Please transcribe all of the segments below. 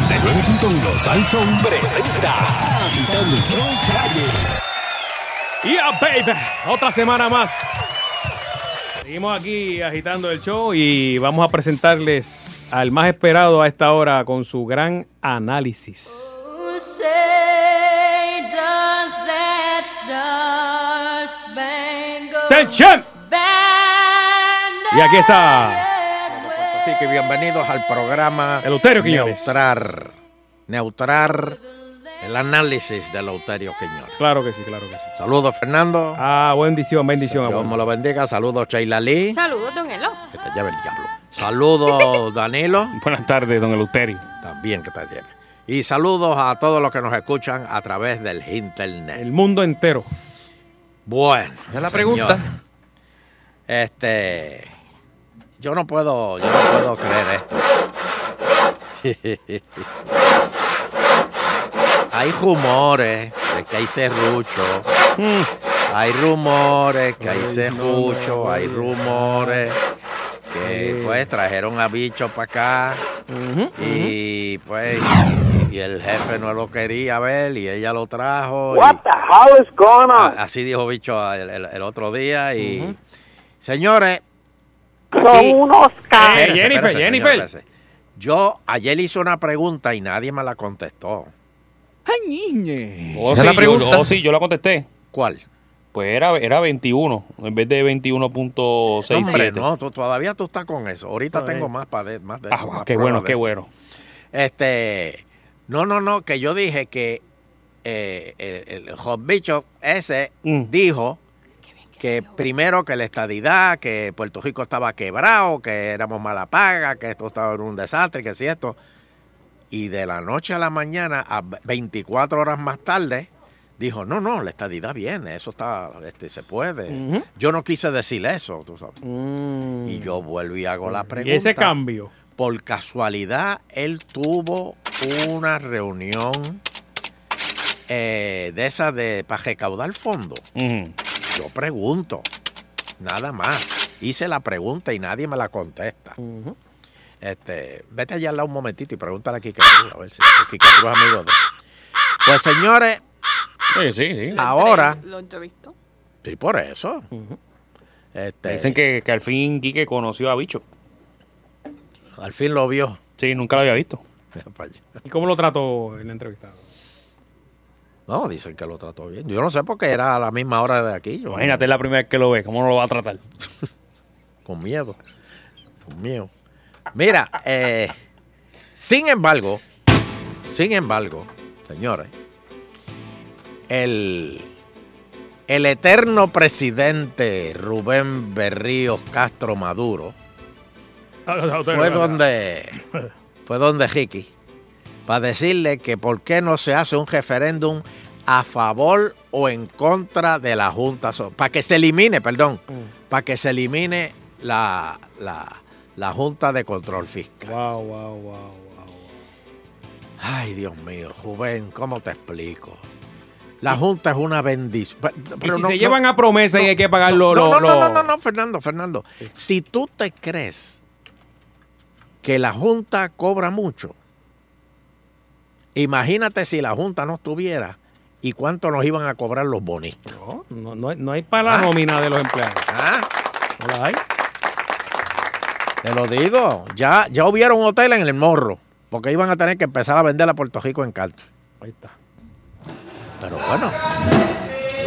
99.1 Salson presenta Agitando el Show Calle. Yeah, baby. Otra semana más. Seguimos aquí agitando el show y vamos a presentarles al más esperado a esta hora con su gran análisis. Who say does that star spangled ¡Tensión! banner? Y aquí está Así que bienvenidos al programa Eleuterio Quiñones. Neutrar. Neutrar el análisis de Eleuterio Quiñones. Claro que sí, claro que sí. Saludos, Fernando. Ah, bendición, bendición. Dios abuelo. me lo bendiga. Saludos, Sheila Lee. Saludos, don Elo. Que te lleve el diablo. Saludos, Danilo. Buenas tardes, don Eleuterio. También que te lleve. Y saludos a todos los que nos escuchan a través del internet. El mundo entero. Bueno. es la señores, pregunta. Este. Yo no puedo. Yo no puedo creer esto. hay rumores de que hay serrucho. Hay rumores que hay serrucho. Hay rumores que pues trajeron a bicho para acá. Y pues. Y el jefe no lo quería ver y ella lo trajo. y- Ah. a- así dijo bicho ah, el, el- el otro día. Y Eh, señores, aquí- Eh, Espérese, Jennifer, espérese, Jennifer. señor, espérese. Yo ayer hice una pregunta y nadie me la contestó. Oh, Esa sí, es la yo, pregunta. oh, sí, yo la contesté. ¿Cuál? Pues era, era 21, en vez de 21.67. Hombre, no, tú, todavía tú estás con eso. Ahorita Ay. tengo más, pa de, más de Ah, eso, más qué pruebas bueno, de qué eso. bueno. Este, no, no, no, que yo dije que eh, el, el hot bicho ese Mm. dijo que primero que la estadidad, que Puerto Rico estaba quebrado, que éramos mala paga, que esto estaba en un desastre, que si esto. Y de la noche a la mañana, a 24 horas más tarde, dijo, no, no, la estadidad viene, eso está, este, se puede. Ujú. Yo no quise decir eso, tú sabes. Mm. Y yo vuelvo y hago la pregunta Y ese cambio. por casualidad él tuvo una reunión eh, de esa de para recaudar fondos. Ujú. Yo pregunto, nada más. Hice la pregunta y nadie me la contesta. Este, vete allá al lado un momentito y pregúntale a Kike Cruz, a ver si si Kike Cruz es amigo de él. Pues señores, Sí, sí, sí. ahora, Lo entrevistó. sí por eso. Este, Dicen que, que al fin Quique conoció a Bicho. al fin lo vio. Sí, nunca lo había visto. ¿Y cómo lo trató el entrevistado? No, dicen que lo trató bien. Yo no sé por qué era a la misma hora de aquí. Yo- Imagínate, es la primera vez que lo ve, ¿cómo no lo va a tratar? con miedo. Con miedo. Mira, eh, sin embargo, sin embargo, señores, el, el eterno presidente Rubén Berríos Castro Maduro Ah, fue donde fue donde Ricky para decirle que por qué no se hace un referéndum a favor o en contra de la Junta para que se elimine, perdón, Mm. para que se elimine la, la, la Junta de Control Fiscal. Wow, wow, wow, wow. Ay, Dios mío, Rubén, ¿cómo te explico? La Junta es una bendición. Y si se llevan a promesa y hay que pagar no, los... no, los- no, no, los- no, no, Fernando, Fernando. Si tú te crees que la Junta cobra mucho, imagínate si la Junta no estuviera y cuánto nos iban a cobrar los bonistas. No, no, no hay- no hay para la nómina de los empleados. ¿Ah? No la hay. Te lo digo, ya, ya hubiera un hotel en el morro, porque iban a tener que empezar a vender a Puerto Rico en carta. Ahí está. Pero bueno,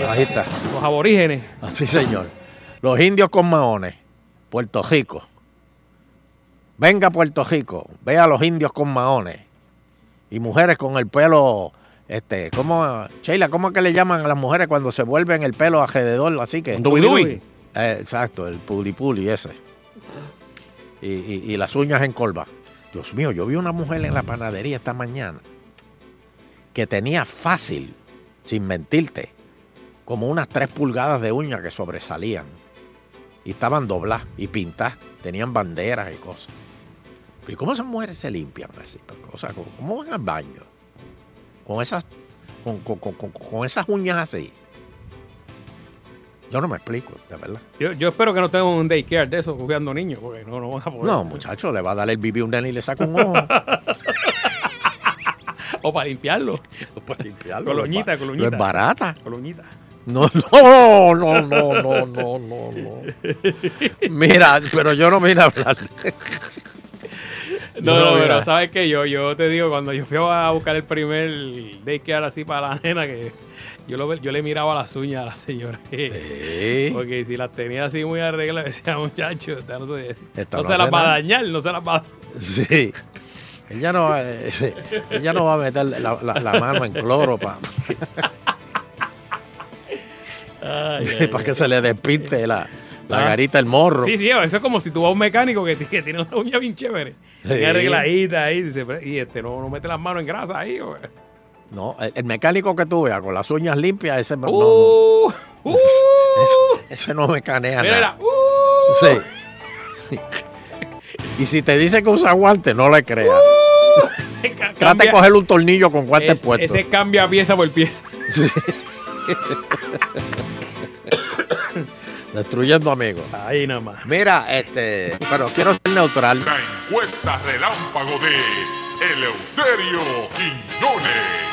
ahí está. Los aborígenes. Así, señor. Los indios con maones, Puerto Rico. Venga a Puerto Rico, ve a los indios con maones. Y mujeres con el pelo, este, ¿cómo? Sheila, ¿cómo es que le llaman a las mujeres cuando se vuelven el pelo alrededor? Así que. Dubi dubi. Eh, exacto, el pulipuli ese. Y, y- y las uñas en colva. Dios mío, yo vi una mujer en la panadería esta mañana que tenía fácil, sin mentirte, como unas tres pulgadas de uñas que sobresalían. Y estaban dobladas y pintadas. Tenían banderas y cosas. ¿Y cómo esas mujeres se limpian así? O sea, ¿cómo- ¿cómo van al baño? Con esas, con, con- con- con- con esas uñas así. Yo no me explico, de verdad. Yo, yo espero que no tengan un daycare de eso cuidando niños, Pues, porque no, no van a poder. No, muchacho, le va a dar el bibi a un nene y le saca un ojo. o para limpiarlo. Pues, Para limpiarlo. Coloñita, no es ba- coloñita. No es barata. Coloñita. No, no, no, no, no, no, no, no. Mira, pero yo no vine a hablar. de- No, No, no, mira. pero sabes que yo, yo te digo, cuando yo fui a buscar el primer daycare así para la nena, que yo, lo, yo le miraba las uñas a la señora. que- Sí. Porque si las tenía así muy arregladas, decía, muchacho, esta no se, Esta no no se hace las va a nada". dañar, no se las va a... Sí. Ella no, va- eh, sí. ella no va a meter la, la- la mano en cloro para que se le despinte la, la Ah. garita, el morro. Sí, sí, eso es como si tú vas a un mecánico que, que tiene una uña bien chévere. Sí. Y arregladita ahí, dice, "Pero, y este no, no mete las manos en grasa ahí. güey". No, el, el mecánico que tú veas con las uñas limpias, ese no, no. Uh, uh, Ese- ese no me canea mira, nada. mira, uh, Sí. Y si te dice que usa guantes, no le creas. se ca- Trata de Uh, cambia- coger un tornillo con guantes es- puestos. Ese cambia pieza por pieza. Destruyendo amigos. Ahí nada más. Mira, este, pero quiero ser neutral. La encuesta relámpago de Eleuterio Quiñones.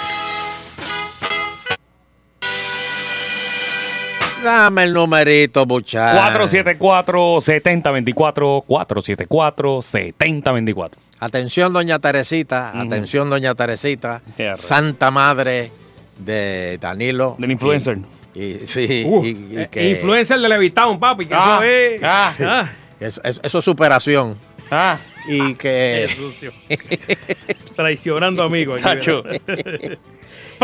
Dame el numerito, muchacho. 474-7024. 474-7024. Atención, doña Teresita. Atención, doña Teresita. Qué arre. Santa madre de Danilo. Del influencer. Y, y- sí, Uh, y, y eh, que- Influencer de Levitown, papi, que Ah, eso es. ah. Ah, Eso, eso- eso es superación. Ah, Y que. es sucio. Traicionando amigos. aquí, chacho. mira.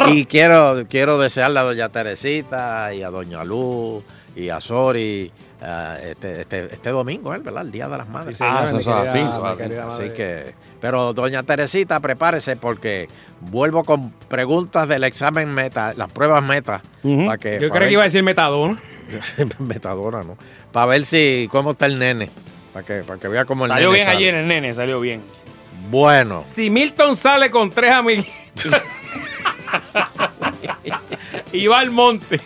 Y quiero, quiero desearle a doña Teresita y a doña Luz y a Sori eh, este, este- este domingo, eh, ¿verdad? El Día de las Madres. señora, Ah, eso mi es así, querida- eso es mi así. querida Así madre. que, pero doña Teresita, prepárese porque vuelvo con preguntas del examen meta, las pruebas meta. Ujú. para que, Yo para creo ver- que iba a decir metadona. metadona, ¿no? Para ver si cómo está el nene, para que para que vea cómo el Salió nene bien sale. ayer el nene, salió bien. Bueno, Si Milton sale con tres amiguitos y va al monte.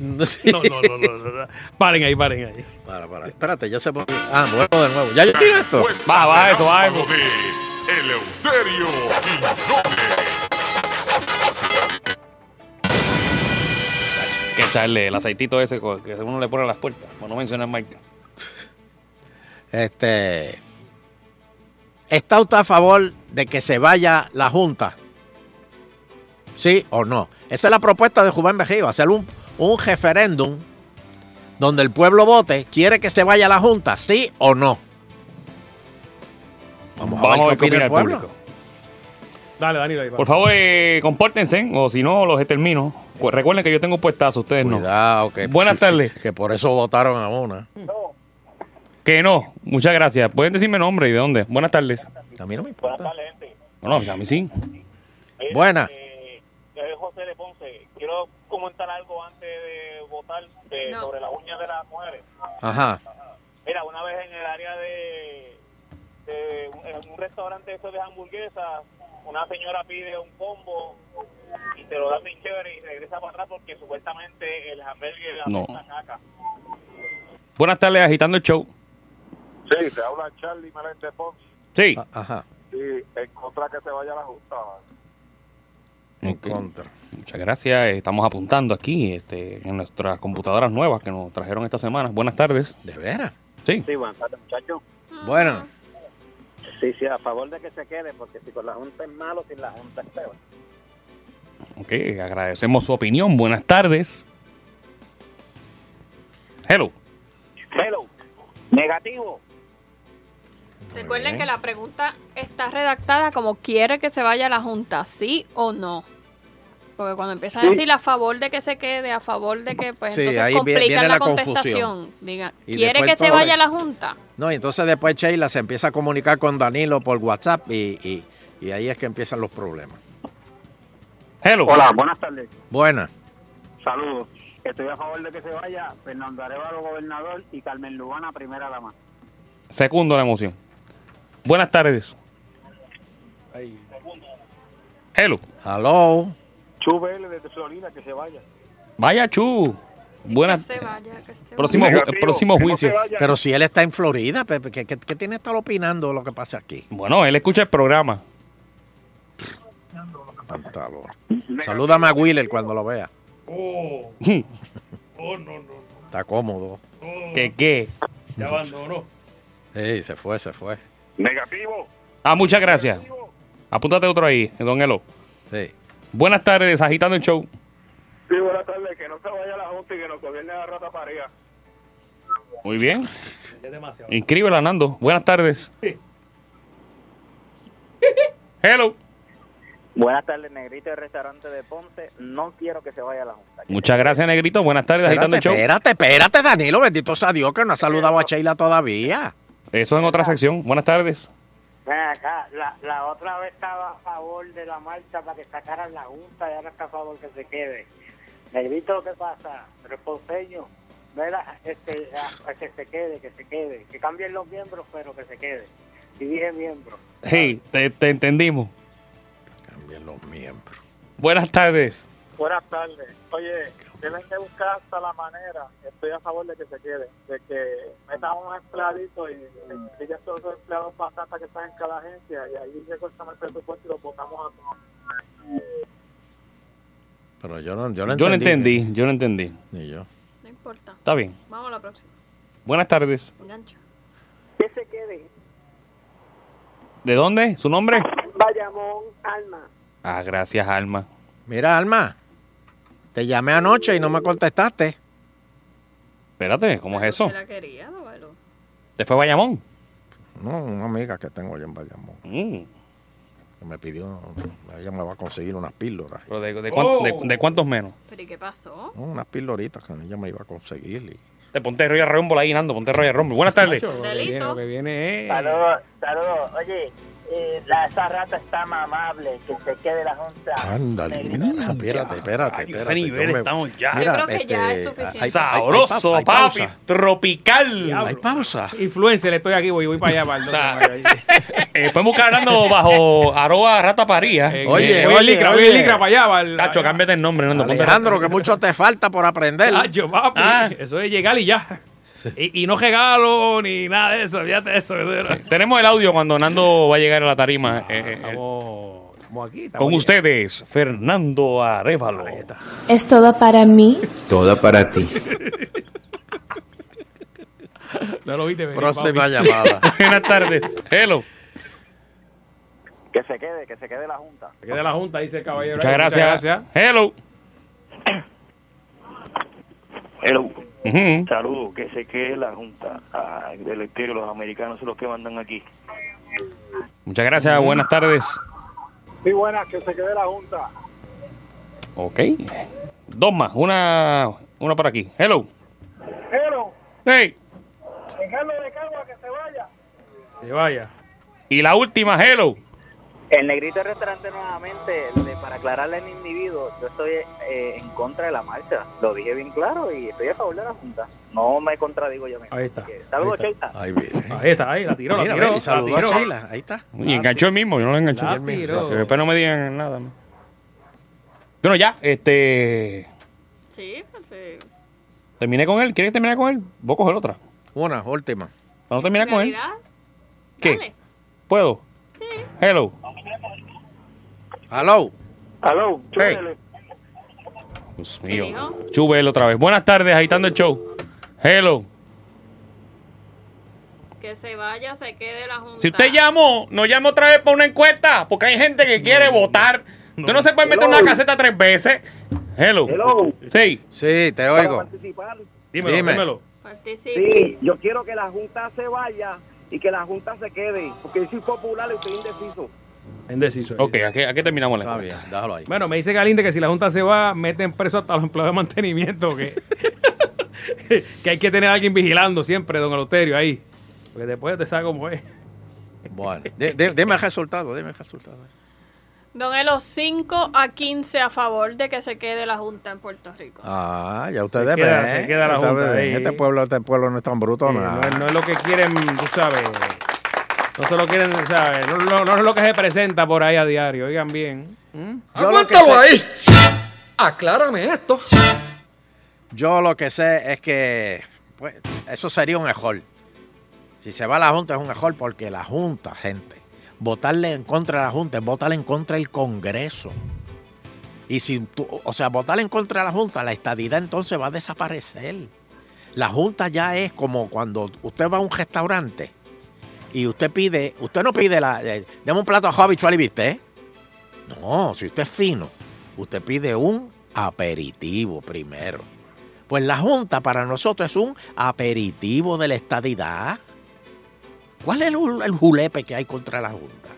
No, no, no, no, no, no. Paren ahí, paren ahí. para, para, espérate, ya se me- Ah, vuelvo de nuevo. Ya yo tiro esto. Encuesta Va, va, eso, va, relámpago de Eleuterio Quiñones. Hay Que echarle el aceitito ese co- que uno le pone a las puertas. Bueno, no mencionar marca. Este ¿Está usted a favor de que se vaya la junta? ¿Sí o no? Esa es la propuesta de Juan Mejía, hacer un, un referéndum donde el pueblo vote, ¿quiere que se vaya la junta? ¿Sí o no? Vamos a ver qué opina el público. Dale, Danilo, ahí. va. Por favor, eh, compórtense, o si no, los extermino. Cu- Recuerden que yo tengo un puestazo, ustedes Cuidado, que, Pues Buenas tardes. Que por eso votaron a una. no. Que no, muchas gracias. Pueden decirme nombre y de dónde. Buenas tardes. A mí no me importa. Bueno, pues a mí sí. Mira, Buena. eh, eh, José de Ponce, quiero comentar algo antes de votar de- No. sobre las uñas de las mujeres. Ajá. Mira, una vez en el área de, de un- en un restaurante eso de hamburguesas, una señora pide un combo y te lo da bien chévere y regresa para atrás porque supuestamente el hamburgues la No. caca. Buenas tardes, agitando el show. Sí, te habla Charlie Melende Ponce Sí. a- Ajá. y en contra que se vaya la justa. En Ok. contra. Muchas gracias. Estamos apuntando aquí este, en nuestras computadoras nuevas que nos trajeron esta semana. Buenas tardes. ¿De veras? Sí. Sí, buenas tardes, muchachos. Bueno. Sí, sí, a favor de que se quede, porque si con la Junta es malo, sin la Junta es peor. Ok, agradecemos su opinión. Buenas tardes. Hello. Hello. Negativo. Recuerden bien. que la pregunta está redactada como quiere que se vaya la Junta, sí o no. Porque cuando empiezan a decir a favor de que se quede, a favor de que, pues Sí, entonces ahí vi- complican viene la la contestación. confusión. Digan, Y ¿quiere después que se todo vaya es- la Junta? No, y entonces después Sheila se empieza a comunicar con Danilo por WhatsApp y, y- y ahí es que empiezan los problemas. Hello. buenas tardes. Buena. Saludos. Estoy a favor de que se vaya Fernando Arevalo, gobernador, y Carmen Lubana, primera dama. Segundo la emoción. Buenas tardes. Hello. Hello. Chubele desde Florida, que se vaya. Vaya Chu. Buenas. Que se vaya, que se Próximo, ju- Negativo, próximo que no juicio. se vaya. Pero si él está en Florida, Pepe, ¿qué, qué- qué tiene que estar opinando de lo que pasa aquí? Bueno, él escucha el programa. Tanta lora. Salúdame a Wheeler cuando lo vea. Oh, oh, no, no. Está cómodo. no. ¿Qué qué? Ya abandonó. Sí, se fue, se fue. Negativo. Ah, muchas gracias. Apúntate otro ahí, don Elo. Sí. Buenas tardes, agitando el show. Sí, buenas tardes. Que no se vaya la Junta y que nos gobierne la rata pareja. Muy bien. Es demasiado. Inscríbela, Nando. Buenas tardes. Hello. Buenas tardes, Negrito del restaurante de Ponce. No quiero que se vaya a la Junta. Muchas gracias, Negrito. Buenas tardes, agitando Espérate, el show. espérate, espérate, Danilo. Bendito sea Dios que no ha saludado a Sheila todavía. Eso en otra sección. Buenas tardes. Ven acá, la, la otra vez estaba a favor de la marcha para que sacaran la Junta y ahora está a favor que se quede. Negrito, ¿qué pasa? Responseño, mira, este, a- que se quede, que se quede. Que cambien los miembros, pero que se quede. Y dije miembros. Hey, te, te entendimos. Cambien los miembros. Buenas tardes. Buenas tardes. Oye, tienen que buscar hasta la manera. Estoy a favor de que se quede. De que metan un empleadito y digan todos esos empleados bastantes que están en cada agencia y ahí se cortamos el presupuesto y los votamos a todos. Pero yo no, yo no Yo no entendí. entendí, yo no entendí. Ni yo. No importa. Está bien. Vamos a la próxima. Buenas tardes. Engancha. Que se quede. ¿De dónde? ¿Su nombre? Vayamón, alma. Ah, gracias, Alma. Mira, Alma, te llamé anoche y no me contestaste. Espérate, ¿cómo es eso? Se la quería, Babalo. ¿Te fue Bayamón? No, una amiga que tengo allá en Bayamón. Mm. que Me pidió, ella me va a conseguir unas píldoras. ¿Pero de, de cuán- Oh. de- de cuántos menos? ¿Pero y qué pasó? No, unas píldoritas que ella me iba a conseguir. Y... Te ponte Royal Rumble ahí, Nando. Ponte Royal Rumble. Buenas tardes. Lo que viene, lo que viene es. Saludos, saludos. Oye, eh, la, esa rata está mamable, que se quede la junta. Ándale, mira, espérate, espérate. Ay, ese espérate, nivel yo me- este, estamos ya. Yo creo que ya es hay- hay- suficiente. hay- hay Sabroso, pa- hay papi. pausa. Tropical. Hay pausa. Influencer, estoy aquí, voy, voy para allá, para el doce. Eh, Pueden buscar a Nando bajo arroba rata paría. Eh, Oye, voy en oye, licra, voy en oye. licra para allá. para el- Cacho, cámbiate el nombre, Nando. Ponte Alejandro, que mucho te falta por aprender. Cacho, papi. Ah. Eso es llegar y ya. Y, y no regalo ni nada de eso, fíjate de eso. Tenemos el audio cuando Nando va a llegar a la Ah, tarima. Eh, eh, eh, Estamos, estamos aquí. estamos con aquí. ustedes, Fernando Arevalo. Ahí está. Es todo para mí. Toda para ti. No lo viste, venir, Próxima papi. llamada. Buenas tardes. Hello. Que se quede, que se quede la junta. Que de la Junta, dice el caballero. Muchas ahí, gracias. Hello. Ujú. Saludos, que se quede la Junta ah, del exterior, los americanos son los que mandan aquí. Muchas gracias. Buenas tardes. Sí, buenas, que se quede la Junta. Ok. Dos más. Una, una por aquí. Hello. Pero, Hey. dejarlo de cargo que se vaya. Que vaya. Y la última, hello. El negrito del restaurante nuevamente, de- para aclararle al individuo, yo estoy eh, en contra de la marcha. Lo dije bien claro y estoy a favor de la Junta. No me contradigo yo mismo. Ahí está, Saludos, ahí Cheita. Ahí Ah. viene. Ahí está, ahí, la tiró, Eh. Mira, la tiró. ven, y saludó la tiró. a Sheila. Ahí está. Y enganchó el mismo. Yo no lo enganché. La tiró. Si después no me digan nada. ¿no? Bueno, ya. Este. Sí, pues sí. Terminé con él. ¿Quieres terminar con él? Voy a coger otra. Una, última. Para no terminar con él. Realidad, ¿Qué? dale. ¿Puedo? Hello. Hello. Aló, Hey. chúpele. Dios dijo? mío. Chubel otra vez. Buenas tardes, agitando el show. Hello. Que se vaya, se quede la Junta. Si usted llamó, no llame otra vez para una encuesta, porque hay gente que quiere votar. Usted no se puede meter una caseta tres veces. Hello. Hello. Sí. Sí, te oigo. participar. Dímelo, Dime. dímelo. Participe. Sí, yo quiero que la Junta se vaya y que la Junta se quede, porque soy popular y estoy indeciso. Indeciso. Ok, aquí, aquí terminamos la Está encuesta. bien, déjalo ahí. Bueno, me dice Galinde que si la Junta se va, meten preso hasta los empleados de mantenimiento. Que, que hay que tener a alguien vigilando siempre, don Eleuterio, ahí. Porque después te sabe cómo es. Bueno, di- di- dime el resultado, dime el resultado. Don Elo, 5 a 15 a favor de que se quede la Junta en Puerto Rico. Ah, ya ustedes Se queda- ven. se queda la ustedes junta ven. ahí. Este pueblo, este pueblo no es tan bruto, Eh, nada. no, es- no es lo que quieren, tú sabes. No se lo quieren, tú ¿sabes? No, no- no es lo que se presenta por ahí a diario. Oigan bien. Yo lo que sé- Aclárame esto. Yo lo que sé es que pues, eso sería un mejor. Si se va la Junta es un mejor porque la Junta, gente, votarle en contra de la Junta es votar en contra del Congreso. Y si tú, o sea, votar en contra de la Junta, la estadidad entonces va a desaparecer. La Junta ya es como cuando usted va a un restaurante y usted pide, usted no pide la, eh, deme un plato de ajo, habichuela y bistec. No, si usted es fino, usted pide un aperitivo primero. Pues la Junta para nosotros es un aperitivo de la estadidad. ¿Cuál es el, jul- el julepe que hay contra la Junta?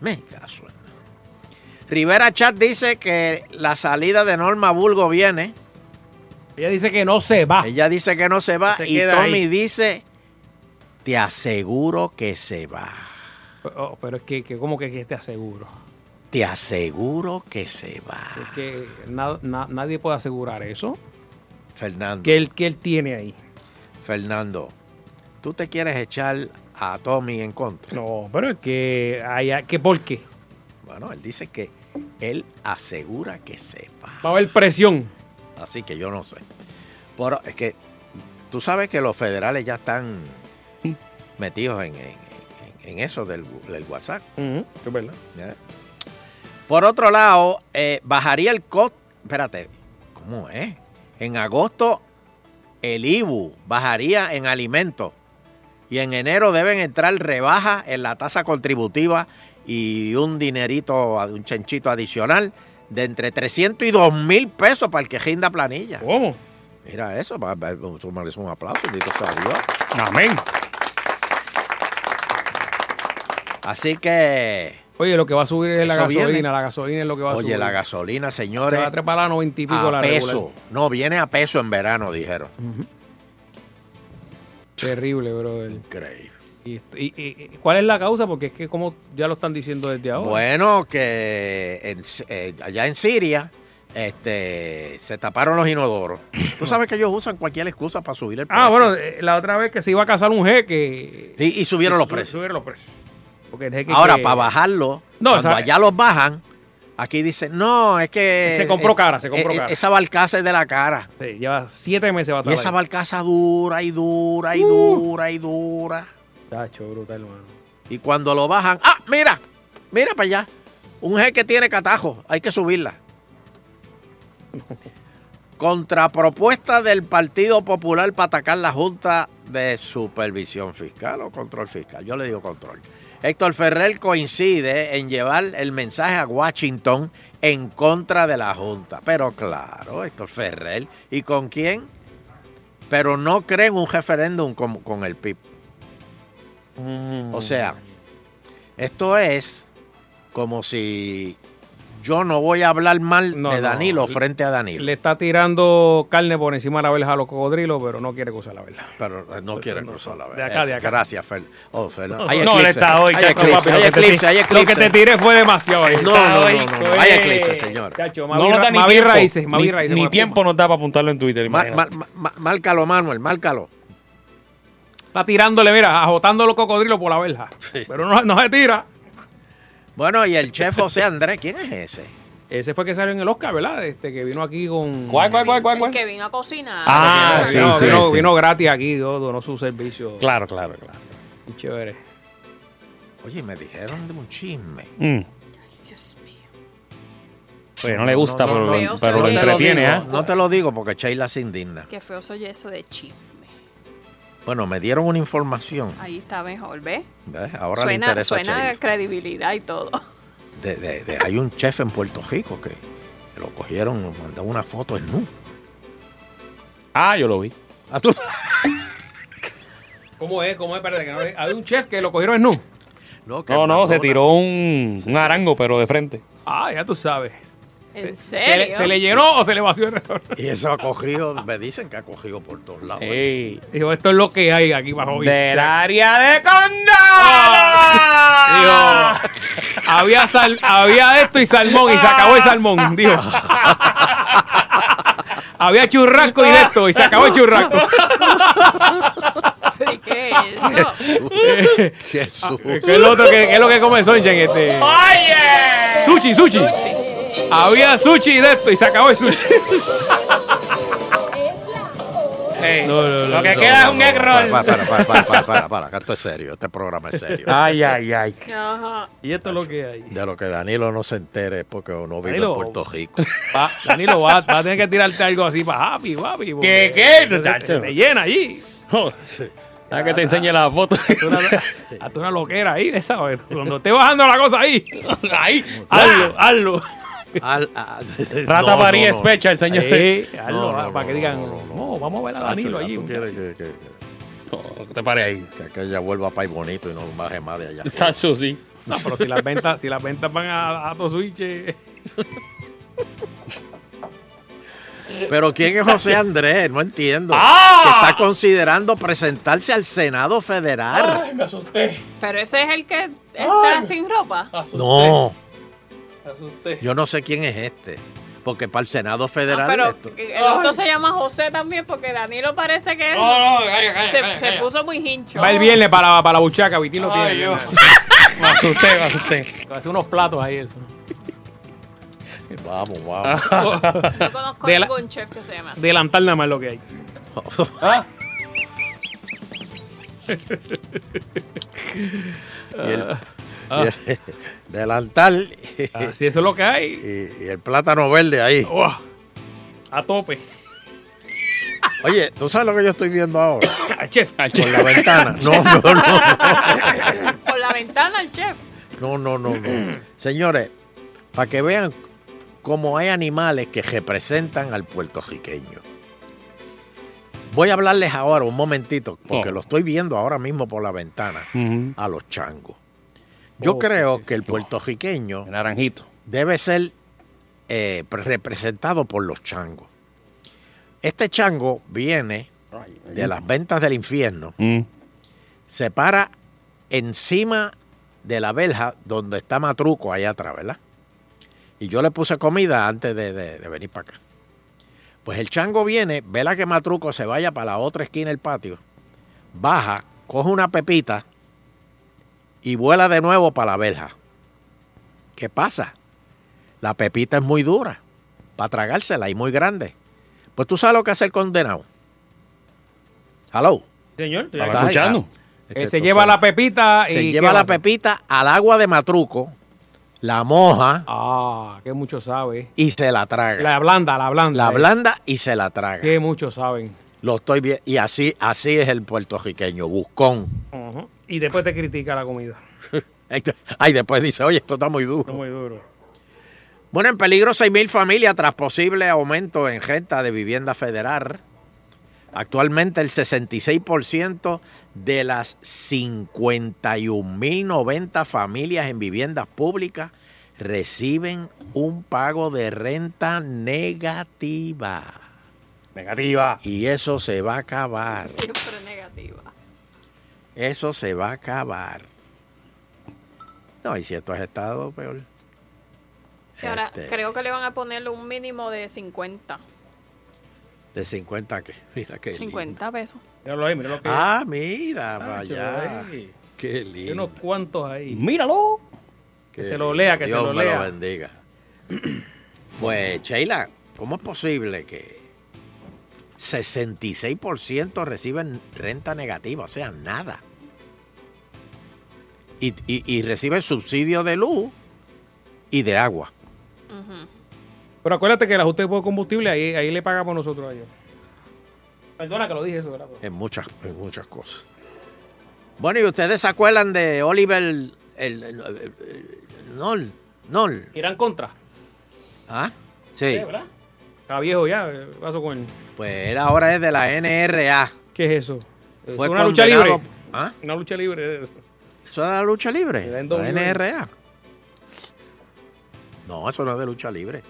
Me caso. en- Rivera Chat dice que la salida de Norma Bulgo viene. Ella dice que no se va. Ella dice que no se va Ah. Se y queda Tommy ahí. dice, te aseguro que se va. Oh, pero es que, que como que, que te aseguro. Te aseguro que se va. Es que na- na- nadie puede asegurar eso. Fernando, Que él, que él tiene ahí. Fernando, tú te quieres echar a Tommy en contra. No, pero es que, hay, que ¿por qué? Bueno, él dice que él asegura que se va. Va a haber presión. Así que yo no sé. Pero es que tú sabes que los federales ya están metidos en, en- en- en eso del, del WhatsApp. Es verdad. ¿ya? Por otro lado, eh, bajaría el costo. Espérate, ¿cómo es? En agosto el IBU bajaría en alimentos y en enero deben entrar rebajas en la tasa contributiva y un dinerito, un chanchito adicional de entre 300 y 2 mil pesos para el que rinda planilla. Oh. ¿Cómo? Mira eso, va- va- eso merece un aplauso, bendito sea Dios. Amén. Así que, Oye, lo que va a subir es la Eso gasolina. viene. La gasolina es lo que va a subir. oye, la gasolina, Se señores, va a trepar a 90 y pico a la regular. peso. No, viene a peso en verano, dijeron. Terrible, brother. Increíble. Y, y- y- y- cuál es la causa? Porque es que como ya lo están diciendo desde ahora. Bueno, que en- eh, allá en Siria este, se taparon los inodoros. Tú sabes que ellos usan cualquier excusa para subir el precio. ah, bueno, eh, la otra vez que se iba a casar un jeque. Y, y pues subieron y los su- precios. Subieron los precios. Porque el jeque Ahora, que- para bajarlo, No, cuando esa- allá los bajan, aquí dicen, no, es que... Se compró eh, cara, se compró eh, cara. Ah, Esa barcaza es de la cara. Sí, lleva siete meses Y batallando. esa barcaza dura y dura Uh. y dura y dura. Tacho, brutal, hermano. Y cuando lo bajan, ah, mira, mira para allá. Un jeque tiene catajo, hay que subirla. Contrapropuesta del Partido Popular para atacar la Junta de Supervisión Fiscal o Control Fiscal. Yo le digo control. Héctor Ferrer coincide en llevar el mensaje a Washington en contra de la Junta. Pero claro, Héctor Ferrer. ¿Y con quién? Pero no creen un referéndum con, con el PIB. O Mm. sea, esto es como si yo no voy a hablar mal No, de no. Danilo frente a Danilo. Le está tirando carne por encima de la verja a los cocodrilos, pero no quiere cruzar la verja. pero eh, no quiere no, cruzar la de verja. acá, de Eso, acá. Gracias, Fer. Oh, Fer, no. Hay No, él eclipse. está hoy, Hay chacho, eclipse, papi, hay lo que te eclipse, hay Lo que te eclipse. tiré fue demasiado. ahí. No, no, no, no, no. Hay eh, eclipse, señor. Chacho, No nos da ni Mavi tiempo. raíces, Mavi ni raíces. ni con el tiempo Puma. nos da para apuntarlo en Twitter. Mar- imagínate. mar- mar- márcalo, Manuel, márcalo. Está tirándole, mira, ajotando los cocodrilos por la verja. Pero no, no se tira. Bueno, y el chef José Andrés, ¿quién es ese? Ese fue el que salió en el Oscar, ¿verdad? Este que vino aquí con. ¿Cuál, cuál, cuál, cuál, El cuál? que vino a cocinar. Ah, sí, vino, sí, vino- sí. vino gratis aquí, do- donó su servicio. Claro, claro, claro. Qué Chévere. Oye, me dijeron de un chisme. Mm. Dios mío. Oye, no le gusta, No, no, pero, no, pero no lo te entretiene, digo, ¿ah? no te lo digo porque Sheila se indigna. Qué feo soy eso de chisme. Bueno, me dieron una información. Ahí está mejor, ¿ves? ¿ves? Ahora le suena interesa a suena Sheila. de credibilidad y todo. de- de- de- hay un chef en Puerto Rico que lo cogieron, nos mandó una foto en nu. Ah, yo lo vi. Ah, tú- ¿Cómo es? ¿Cómo es? Espérate, que no ve- Hay un chef que lo cogieron en nu. que No, no, mandó se una- tiró un, un arango, pero de frente. Ah, ya tú sabes. ¿En serio? ¿Se le, se le llenó o se le vació el restaurante? Y eso ha cogido, me dicen que ha cogido por todos lados. ¿eh? Ey. Dijo, esto es lo que hay aquí para Jovi. Del O sea, área de Ah. condado. dijo, había, sal- había esto y salmón y se acabó el salmón, dijo. había churrasco y de esto y se acabó el churrasco. ¿Pero y qué es eso? Jesús. ¿Qué es lo, otro que, qué es lo que come Sonchen? Este? ¡Oye! Sushi, sushi. Había sushi de esto y se acabó el sushi. Ey, No, no, no, lo que No, queda no, es un no, egg roll. Para, para, para, para, para, para, para, que esto es serio, este programa es serio. Ay, ay, ay. Ajá. Y esto es lo que hay. De lo que Danilo no se entere es porque no vive Danilo. en Puerto Rico. Va, Danilo, va, va a tener que tirarte algo así para Happy, papi. porque ¿Qué, qué, se- se- muchacho? Te llena allí. Deja que te enseñe la foto. Hazte una, hazte una loquera ahí, ¿sabes? Cuando esté bajando la cosa ahí, Ahí. Ah. hazlo, hazlo. Al- a- Rata No, no, María no. Especha, el señor. Ahí, hazlo, No, no, ah, no, para que no, digan, no, no, no, no. vamos a ver a Chacho, Danilo ya allí. tú muchacho. quieres que, que, No, que te pare ahí. que- que aquella vuelva para bonito y no baje más de allá. Sasu, sí. No, pero si las ventas, si las ventas van a, a tu switch, eh, Pero ¿quién es José Andrés? No entiendo. ¡Ah! Que está considerando presentarse al Senado Federal. me asusté. Pero ese es el que está sin ropa. no. Yo no sé quién es este. Porque para el Senado Federal. Ah, pero esto- que el otro se llama José también porque Danilo parece que él No, no, calla, calla, se, calla, se calla. puso muy hincho. eh, va el viernes para, para la buchaca, Vitín lo tiene. Ay, que Dios. llenar. Me asusté, me asusté. Va a hacer unos platos ahí, eso. Vamos, Ah. vamos. No conozco De la- ningún chef que se llama así. Delantar nada más lo que hay. Y el, Ah. y el- delantal y, Así eso es lo que hay. y el plátano verde ahí. Uah, a tope. Oye, ¿tú sabes lo que yo estoy viendo ahora? Al chef, al Por chef. la ventana. No, no, no. Por la ventana el chef. No, no, no, no. Señores, para que vean cómo hay animales que representan al puertorriqueño. Voy a hablarles ahora un momentito, porque Oh. lo estoy viendo ahora mismo por la ventana, Ujú. a los changos. Yo Oh, sí, creo sí, Oh. que el puertorriqueño El naranjito. debe ser eh, pre- representado por los changos. Este chango viene de las ventas del infierno, Mm. se para encima de la verja donde está Matruco allá atrás, ¿verdad? Y yo le puse comida antes de, de- de venir para acá. Pues el chango viene, vela que Matruco se vaya para la otra esquina del patio, baja, coge una pepita y vuela de nuevo para la verja. ¿Qué pasa? La pepita es muy dura para tragársela y muy grande. Pues tú sabes lo que hace el condenado. Hello. Señor, estoy Estaba acá. Ay, escuchando. Es que Eh, se tú lleva sabes. la pepita y. Se ¿qué lleva la pasa? pepita al agua de matruco, la moja Ah, que mucho sabe. y se la traga. La, La blanda, la blanda. eh. blanda y se la traga. Que muchos saben. Lo estoy bien. Y así, así es el puertorriqueño, buscón. Ujú. Y después te critica la comida. Ay, te- Ay, después dice, oye, esto está muy No duro. muy duro. Bueno, en peligro 6.000 familias tras posible aumento en renta de vivienda federal. Actualmente el 66% de las 51.090 familias en viviendas públicas reciben un pago de renta negativa. Negativa. Y eso se va a acabar. Siempre negativa. Eso se va a acabar. No, y si esto es estado, peor. Sí, ahora Este, creo que le van a poner un mínimo de 50. De 50 que. Mira qué lindo. 50 pesos. Míralo ahí, mira lo que. Ah, mira, para Nacho, allá. ahí. Qué Hay lindo. unos cuantos ahí. Míralo. Qué se lo lindo. lea, que se Dios lo me lea. lo bendiga. Pues, Sheila, ¿cómo es posible que 66% reciben renta negativa? O sea, nada. Y, y- y reciben subsidio de luz y de agua. Ujú. Pero acuérdate que el ajuste de combustible ahí, ahí le pagamos nosotros a ellos. Perdona que lo dije eso, ¿verdad? En muchas, en muchas cosas. Bueno, ¿y ustedes se acuerdan de Oliver el, el- el- el- Nol? Nol, Irán contra. ¿Ah? Sí. ¿Verdad? Está viejo ya, eh, paso con él. Pues él ahora es de la NRA. ¿Qué es eso? Es Fue una lucha condenado- libre. ¿Ah? Una lucha libre. ¿Eso es de la lucha libre? Era en La WWE. NRA. No, eso no es de lucha libre.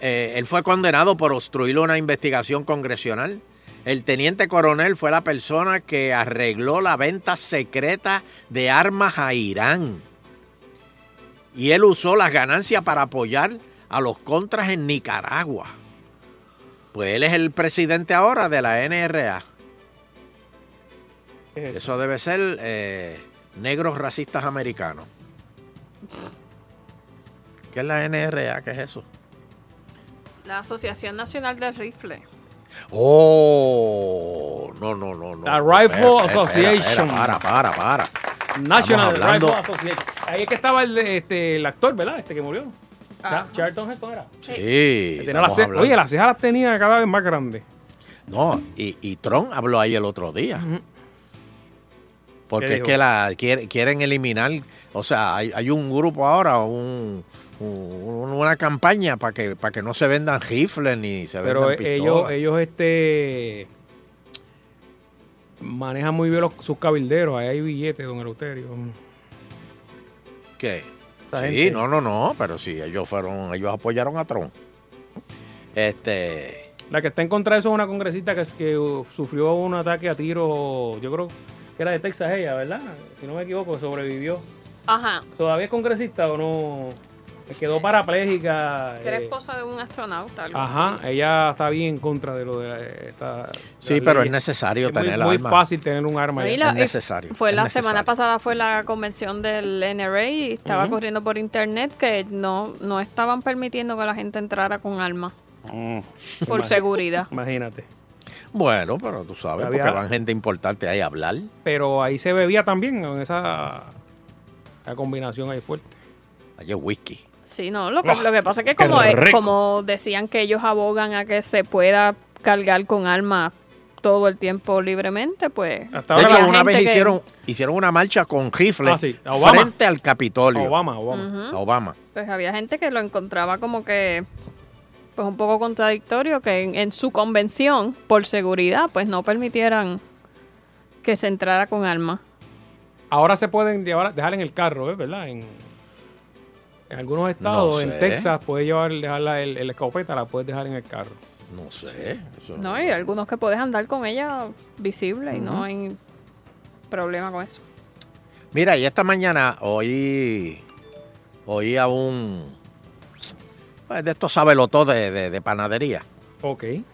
Eh, él fue condenado por obstruir una investigación congresional. El teniente coronel fue la persona que arregló la venta secreta de armas a Irán. Y él usó las ganancias para apoyar a los contras en Nicaragua. Pues él es el presidente ahora de la NRA. ¿Qué es eso? Eso debe ser eh, negros racistas americanos. ¿Qué es la NRA? ¿Qué es eso? La Asociación Nacional del Rifle. Oh, no, no, no, no. La Rifle Espera, espera, Association. espera, para, para, para. National Estamos hablando- Rifle Association. Ahí es que estaba el, de- este, el actor, ¿verdad? Este que murió. Ajá. Cha- Charlton Heston era. Sí. Tenía las estamos ce- hablando- Oye, las cejas las tenía cada vez más grandes. No, y, y Trump habló ahí el otro día. ¿Qué Porque es dijo? que la quiere- quieren eliminar, o sea, hay, hay un grupo ahora, un, un- una campaña para que, para que no se vendan rifles ni se Pero vendan eh, ellos, pistolas. ellos este manejan muy bien los- sus cabilderos. Ahí hay billetes, don Eleuterio. ¿Qué? Esa Sí, gente- no, no, no, pero sí, ellos fueron, ellos apoyaron a Trump. Este, La que está en contra de eso es una congresista que, es- que uh, sufrió un ataque a tiro, yo creo que era de Texas ella, ¿verdad? Si no me equivoco, sobrevivió. Ajá. ¿Todavía es congresista o no? Se Quedó parapléjica. Que era eh, esposa de un astronauta. algo Ajá, eh, así. ella está bien en contra de lo de la- esta. de sí, la pero ley. es necesario Es muy, tener el muy arma. fácil tener un arma. Ahí ya. la- es necesario, Fue es la necesario. semana pasada fue la convención del NRA y estaba corriendo por internet que no, no estaban permitiendo que la gente entrara con armas Mm. por seguridad. Imagínate. Bueno, pero tú sabes, Había- porque van gente importante ahí a hablar. Pero ahí se bebía también, en esa la combinación ahí fuerte. Allí es whisky. Sí, no, lo que, lo que pasa es que como, qué rico. como decían que ellos abogan a que se pueda cargar con armas todo el tiempo libremente, pues Hasta de ahora hecho, la una gente vez que- hicieron, hicieron una marcha con rifles Ah, sí, a Obama. frente al Capitolio. Obama, Obama. A Obama. pues había gente que lo encontraba como que pues un poco contradictorio que en, en su convención por seguridad pues no permitieran que se entrara con armas. Ahora se pueden llevar, dejar en el carro, ¿eh? ¿verdad? En, en algunos estados, No sé. en Texas, puedes llevar, dejarla el, el escopeta, la puedes dejar en el carro. No sé. eso No, hay algunos que puedes andar con ella visible y no hay problema con eso. Mira, y esta mañana oí, oí a un pues, de estos sabelotos de, de, de panadería, Ok. de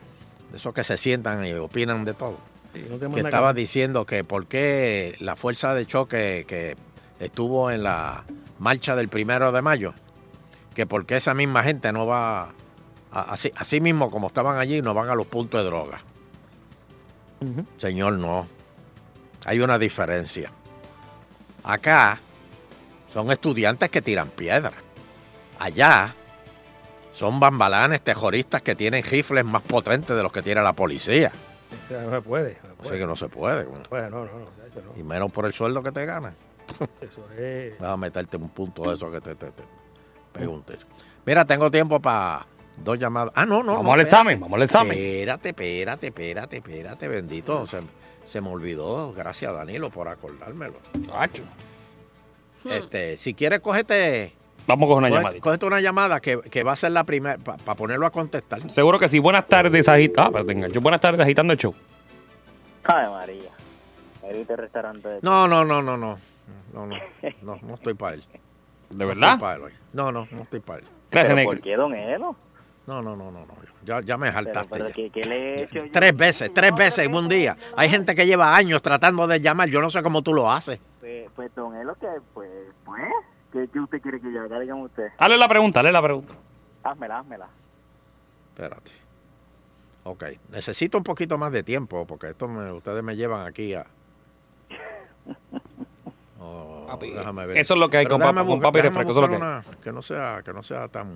esos que se sientan y opinan de todo, Sí, no te que manda estaba casa. diciendo que por qué la fuerza de choque que estuvo en la marcha del primero de mayo, que por qué esa misma gente no va, a- así, así mismo como estaban allí, no van a los puntos de droga. Ujú. Señor, no. Hay una diferencia. Acá son estudiantes que tiran piedras. Allá son bambalanes terroristas que tienen rifles más potentes de los que tiene la policía. O sea, No se puede. No se Así puede. que no se puede. Bueno, no, no, no, eso no. Y menos por el sueldo que te ganan. Eso es- Vas a meterte un punto de eso que te, te, te pega un tiro. Mira, tengo tiempo para dos llamadas. Ah, no, no. Vamos no, al espérate. examen, vamos al examen. Espérate, espérate, espérate, espérate, bendito. Se, se me olvidó. Gracias, Danilo, por acordármelo. Acho. Hmm. Este, si quieres, cógete, Vamos con una coge- llamadita. cógete una llamada que, que va a ser la primera, para ponerlo a contestar. Seguro que sí. Buenas tardes, agitando. Ah, pero te engancho. Buenas tardes, agitando el show. Ay, María. Merito restaurante de No, no, no, no, no. No, no, no, no estoy para él. ¿De No estoy verdad? para él hoy. No, no, no estoy para él. Gracias, ¿Pero negro. por qué, don Elo? No, no, no, no, no. Ya, ya me Pero, jaltaste. pero ya. ¿qué, qué le he hecho yo? Tres veces, tres veces en un día. Hay gente que lleva años tratando de llamar. Yo no sé cómo tú lo haces. Pues, pues, don Elo, que pues, pues, ¿qué, qué usted quiere que yo haga? Dígame usted. Hazle la pregunta, hazle la pregunta. Házmela, házmela. Espérate. Ok, necesito un poquito más de tiempo porque esto me- ustedes me llevan aquí a... Oh, déjame ver. eso es lo que hay Pero con déjame papa- con buscar- papa y déjame refresco, eso es lo buscar una que no sea, que no sea tan,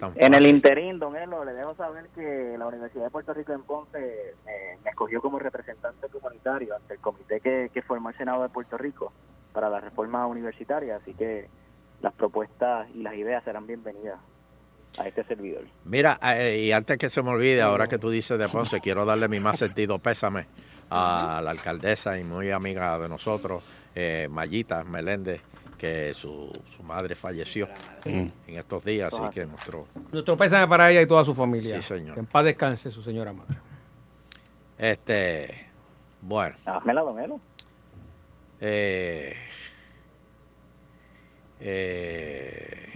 tan En el Ah, fácil. interín, don Elo, le dejo saber que la Universidad de Puerto Rico en Ponce eh, me escogió como representante comunitario ante el comité que, que formó el Senado de Puerto Rico para la reforma universitaria, así que las propuestas y las ideas serán bienvenidas a este servidor. Mira, eh, y antes que se me olvide, ahora que tú dices de Ponce, quiero darle mi más sentido pésame a la alcaldesa y muy amiga de nosotros, eh, Mayita Meléndez, que su, su madre falleció en estos días, así que nuestro... Nuestro pésame para ella y toda su familia. Sí, señor. Que en paz descanse su señora madre. Este, bueno, Házmela, don Elo. eh, eh,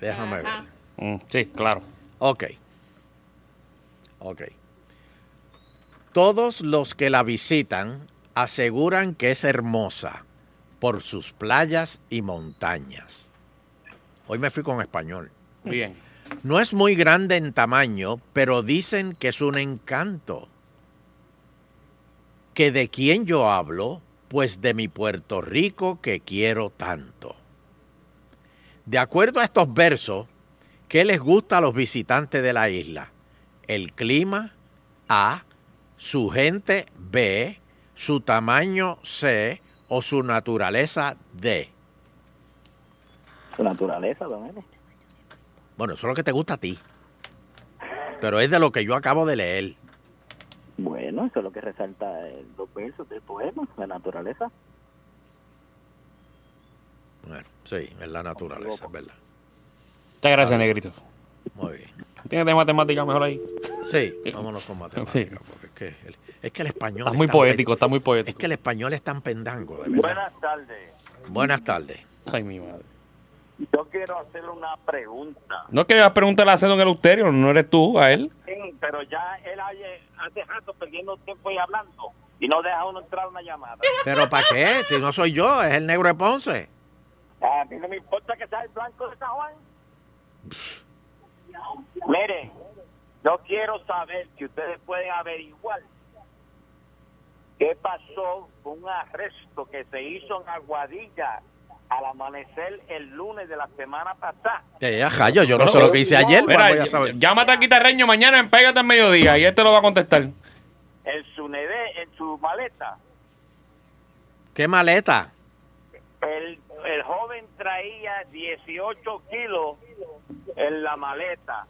déjame ver. Mm, sí, claro. Ok. Ok. Todos los que la visitan aseguran que es hermosa por sus playas y montañas. Hoy me fui con español. Bien. No es muy grande en tamaño, pero dicen que es un encanto. ¿Que de quién yo hablo? Pues de mi Puerto Rico que quiero tanto. De acuerdo a estos versos, ¿qué les gusta a los visitantes de la isla? El clima, A, su gente, B, su tamaño, C, o su naturaleza, D. Su naturaleza, don Eli. Bueno, eso es lo que te gusta a ti. Pero es de lo que yo acabo de leer. Bueno, eso es lo que resalta eh, los versos del poema, la naturaleza. Bueno, sí, es la naturaleza, es verdad. Muchas gracias, negrito. Muy bien. Tienes de matemática mejor ahí. Eh, Sí, vámonos con matemáticas. Porque es, que el, es que el español. Estás es muy tan poético, pen- estás muy Es poético. que el español es tan pendango, de verdad. Buenas tardes. Buenas tardes. Ay, mi madre. Yo quiero hacerle una pregunta. No quería preguntarle a Don Eleuterio, no eres tú, a él. Sí, Pero ya él hace, hace rato perdiendo tiempo y hablando. Y no deja uno entrar una llamada. ¿Pero para qué? Si no soy yo, es el negro de Ponce. Ah, A mí no me importa que sea el blanco de San Juan. Mire, yo quiero saber si ustedes pueden averiguar qué pasó con un arresto que se hizo en Aguadilla al amanecer el lunes de la semana pasada. Eh, ajá, yo, yo no sé lo que hice ayer. Mira, pero voy a saber. ll- llámate al guitarreño mañana en Pégate al mediodía y él te lo va a contestar. En su neve, en su maleta, ¿Qué maleta? el, el joven traía 18 kilos en la maleta.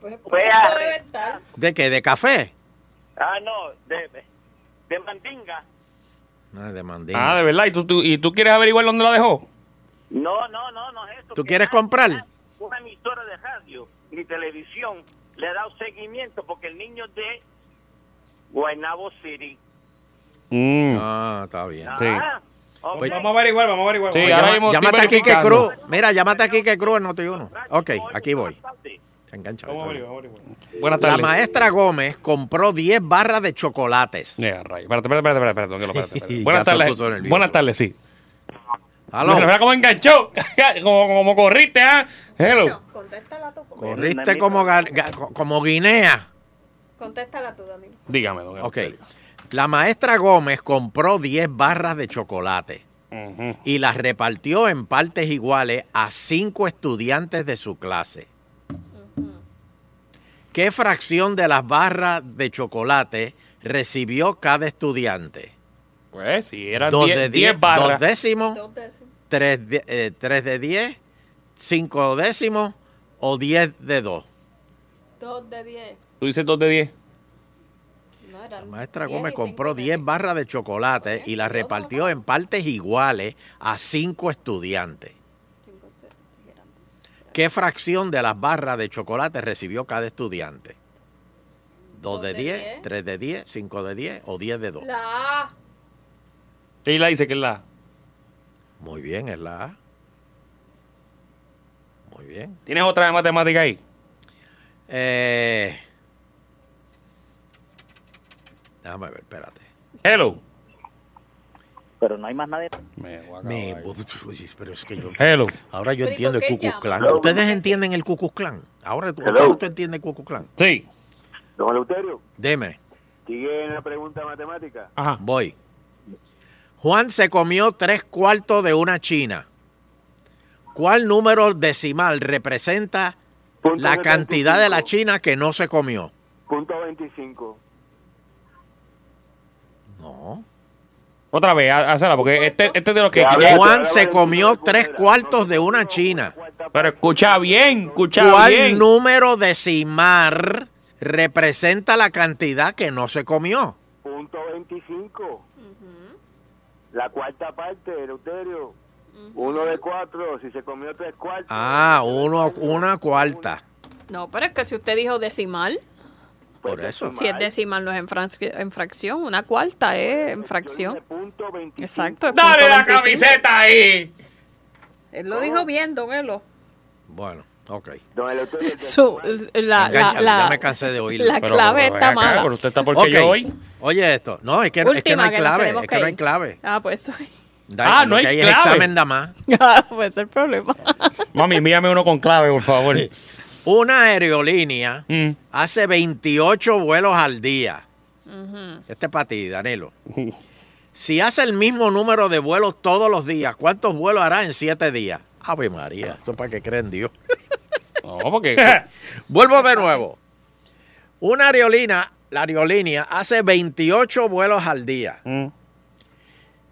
Fue Pues, Eso arre- debe estar. ¿De qué? ¿De café? Ah, no, de, de- de mandinga. Ah, de mandinga. Ah, de verdad. ¿Y tú, tú- ¿Y tú quieres averiguar dónde la dejó? No, no, no, no es eso. ¿Tú Que quieres nadie, comprar? na- Una emisora de radio ni televisión le ha dado seguimiento porque el niño es de Guaynabo City. Mm. Ah, está bien. Sí. Ah, ok. Pues- Vamos a averiguar, vamos a averiguar. Sí, Vamos a ahora averiguar. Llama- llámate mismo estoy a Quique verificando. Cruz. Mira, llámate a Quique Cruz en Noti 1. Radio Ok, Hoy, aquí voy. buenas tardes. Engancha. Vamos a averiguar, vamos a averiguar. Buenas La tardes. maestra Gómez compró 10 barras de chocolates. Ya, rayo. Espérate, espérate, espérate, espérate, don Elo, espérate, espérate. Sí, Buenas ya se tardes. puso nervioso. Buenas tardes, sí. Aló. Mira, mira cómo enganchó. como, como corriste, ¿ah? Hello. Contéstala tú. Coco. Corriste como, ga- ga- como Guinea. Contéstala tú, Danilo. Dígame, don Elo. Ok. La maestra Gómez compró 10 barras de chocolate Ujú. y las repartió en partes iguales a cinco estudiantes de su clase. ¿Qué fracción de las barras de chocolate recibió cada estudiante? Pues sí, eran Dos de 10 diez, 10 dos barras. décimos, Dos décimas. tres de, eh, tres de 10, cinco décimos o 10 de 2. Dos de diez. Tú dices 2 de 10. No, eran La maestra diez Gómez y compró cinco de 10 barras de chocolate Ok. y las repartió en partes iguales a cinco estudiantes. Cinco de- eran ¿Qué fracción de las barras de chocolate recibió cada estudiante? ¿2 Dos de de 10, diez. 3 de 10, 5 de 10 o 10 de 2? La A. Sheila dice que es la. Muy bien, es la A. Muy bien. ¿Tienes otra de matemática ahí? Eh, déjame ver, espérate. Hello. Pero no hay más nadie. Me voy a acabar Me- ahí. Uy, pero es que yo... Hello. Ahora yo Pero, ¿y entiendo el por qué Cucu llama? Clan. Hello. ¿Ustedes entienden el Cucu Clan? Ahora tú, Hello. ahora tú entiendes el Cucu Clan. Sí. Don Eleuterio, Dime, sigue en la pregunta matemática. Ajá. voy. Juan se comió tres cuartos de una china. ¿Cuál número decimal representa Punto la 75, cantidad de la china que no se comió? Punto 25. No. Otra vez, há- hazla, porque este, este es de los que. Ya que- habla- Juan ya se habla- comió ya tres habla- cuartos de una china. pero escucha bien, escucha ¿Cuál bien. número decimal representa la cantidad que no se comió? Punto 25. La cuarta parte, Eleuterio. Uno de cuatro, si se comió tres cuartos. Ah, uno, una cuarta. No, pero es que si usted dijo decimal, Por eso. si es decimal no es en, franc- en fracción, una cuarta es en fracción. Punto 25. Exacto. es Dale punto la 25. camiseta ahí. Él lo dijo bien, don Elo. Bueno, ok. Don Eleuterio, Su, la, la, Engáñame, ya la, me cansé de oírlo. la Pero- clave pero ven está acá, mala. Pero usted está porque Ok. yo hoy. Oye, esto. No, es que, es que no Última, hay que nos clave. tenemos Es que que no hay ir. clave. Ah, pues, Da- Ah, no lo que hay Es clave. examen nada más. ah, pues el problema. Mami, envíame uno con clave, por favor. Una aerolínea Mm. hace 28 vuelos al día. Ujú. Este es para ti, Danilo. Mm. Si hace el mismo número de vuelos todos los días, ¿cuántos vuelos hará en siete días? Ave María, esto es para que creen Dios. No, porque. Vuelvo de nuevo. Una aerolínea, la aerolínea hace 28 vuelos al día. mm,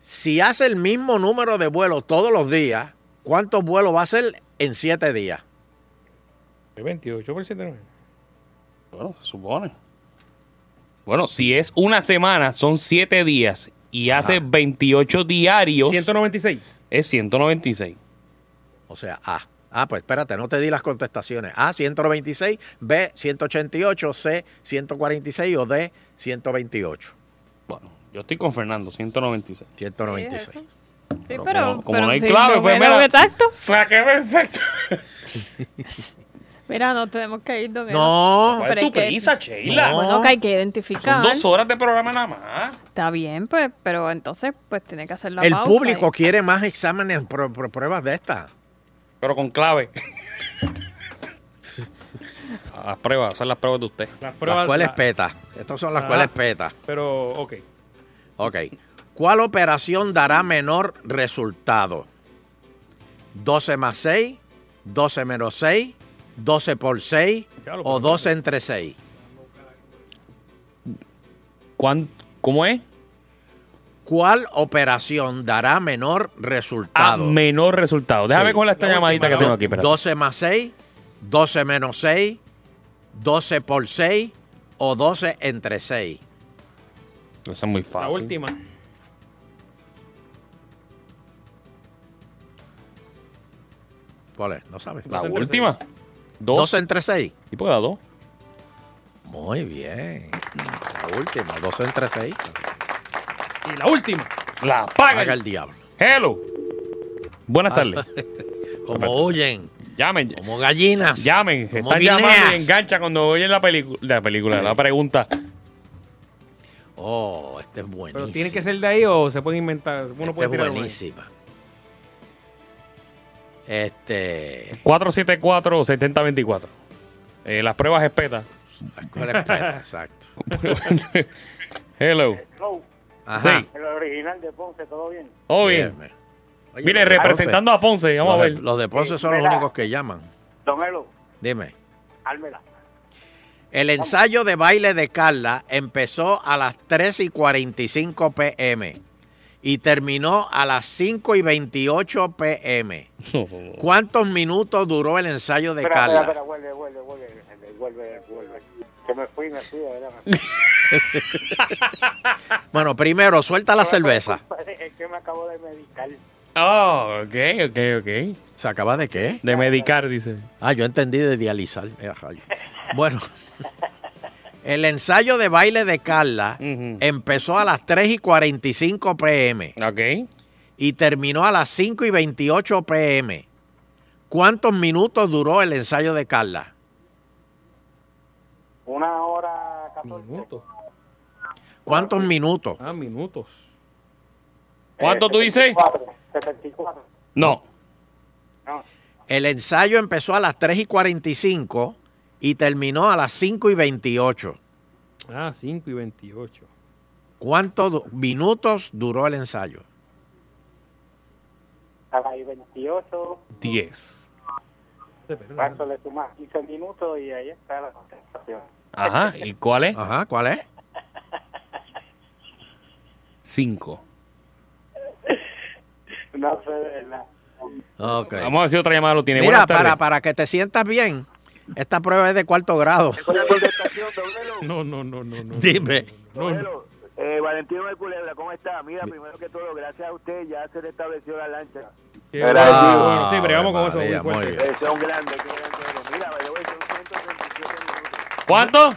Si hace el mismo número de vuelos todos los días, ¿cuántos vuelos va a hacer en siete días? 28 por 7 Bueno, se supone. Bueno, si es una semana, son 7 días y hace 28 diarios, 196. es 196. O sea, A. Ah, pues espérate, no te di las contestaciones. A, 126, B, 188, C, 146 o D, 128. Bueno, yo estoy con Fernando, 196. ¿Qué es 196. eso? Sí, pero, como- como pero no hay sí, clave, no pues, veo mira. Exacto. Saqué perfecto. Mira, nos tenemos que ir, don Elo. No, ¿Cuál es Pero tu es que- prisa, Sheila? No. Bueno, que hay que Son identificar. dos horas de programa nada más. Está bien, pues, pero entonces, pues, tiene que hacer la el pausa público y- quiere más exámenes, pro- pro- pruebas de estas. Pero con clave. las pruebas, son las pruebas de usted. Las Las pruebas. cuales la- petas. Estas son las Ah. cuales petas. Pero, ok. Ok. ¿Cuál operación dará menor resultado? 12 más 6, 12 menos 6, 12 por 6 Ya lo o puse. 12 entre 6. ¿Cuán- ¿Cómo es? ¿Cuál operación dará menor A resultado? menor resultado. Déjame Sí. con esta La llamadita que última, tengo la aquí. espérate. 12 más 6, 12 menos 6, 12 por 6 o 12 entre 6. Esa es muy La fácil. última. ¿Cuál es? No sabes. La Dos entre última. Dos. 12 entre 6. ¿Y puedo dar dos? Muy bien. La última, 12 entre 6. Y la última. La paga. Haga el diablo. Hello. Buenas tardes. Como huyen, Llamen. como gallinas. Llamen. como Están guineas. llamando y engancha cuando oyen la película. La película, la pregunta. Oh, este es buenísimo. Pero tiene que ser de ahí o se puede inventar. Uno Esta puede es tirar uno ahí. buenísima. Este. 474-7024. Eh, las pruebas espetas. ¿Cuál es Peta? Exacto. Hello. Hello, Ajá. Sí. el original de Ponce, ¿todo bien? Oh, bien. Óyeme. Oye, Mire, los de representando a Ponce. Ponce- Vamos a los de- ver. Los de Ponce son los Mira. únicos que llaman. Don Elo, Dime. álmela. Eh, El ensayo de baile de Carla empezó a las 3 y 45 pm y terminó a las 5 y 28 pm. ¿Cuántos minutos duró el ensayo de Espera, espera, espera, Carla? vuelve, vuelve, vuelve, vuelve, vuelve. Que me fui, me fui, de verdad. me fui. Bueno, primero, suelta la cerveza. Es que me acabo de medicar. Oh, ok, ok, ok. ¿Se acaba de qué? De medicar, dice. Ah, yo entendí de dializar. Eh, rayo. Bueno, el ensayo de baile de Carla Ujú. empezó a las 3 y 45 pm. Ok. y terminó a las 5 y 28 pm. ¿Cuántos minutos duró el ensayo de Carla? Una hora catorce. Minutos. ¿Cuántos minutos? Ah, minutos. Eh, ¿Cuánto tú dices? 74, 74. No. No, El ensayo empezó a las 3 y 45 y terminó a las 5 y 28. Ah, 5 y 28. ¿Cuántos du- minutos duró el ensayo? a las 28, 10. cuarto le sumas 15 minutos y ahí está la contestación. Ajá. ¿Y cuál es? Ajá, ¿cuál es? 5. No sé, de verdad. Ok. Vamos a ver si otra llamada lo tiene. Mira, Buenas tardes. para, para que te sientas bien, esta prueba es de cuarto grado. Con la contestación, Don Elo. No, no, no, no, no. Dime. No, no. Bueno, eh, Valentino de Culebra, ¿cómo está? Mira, primero que todo, gracias a usted ya se restableció la lancha. Qué Era bueno, el- bueno, sí, bregamos con eso muy María, muy fuerte. bien. Eh, sea un grande, qué grande eres. Mira, by the way, son 137 minutos. ¿Cuánto?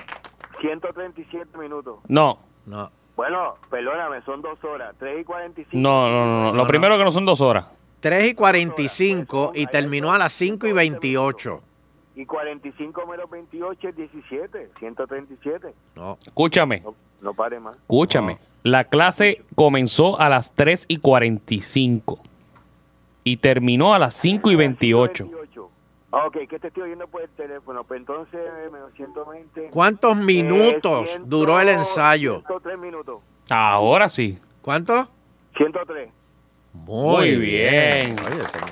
137 minutos. No. No, Bueno, perdóname, son dos horas, 3 y 45. No, no, no. no. Lo no. primero que no son dos horas. 3 y 45 y terminó a las 5 y 28. Y 45 menos 28 es 17, 137. No, Escúchame. No, no pare más. Escúchame. La clase comenzó a las 3 y 45. Y terminó a las 5 y 28. 28. Ok, que te estoy oyendo por el teléfono. Pues entonces, eh, menos 120. ¿Cuántos minutos ciento- duró el ensayo? 103 minutos. Ahora sí. ¿Cuánto? 103. Muy Muy bien. bien. Oye, señor.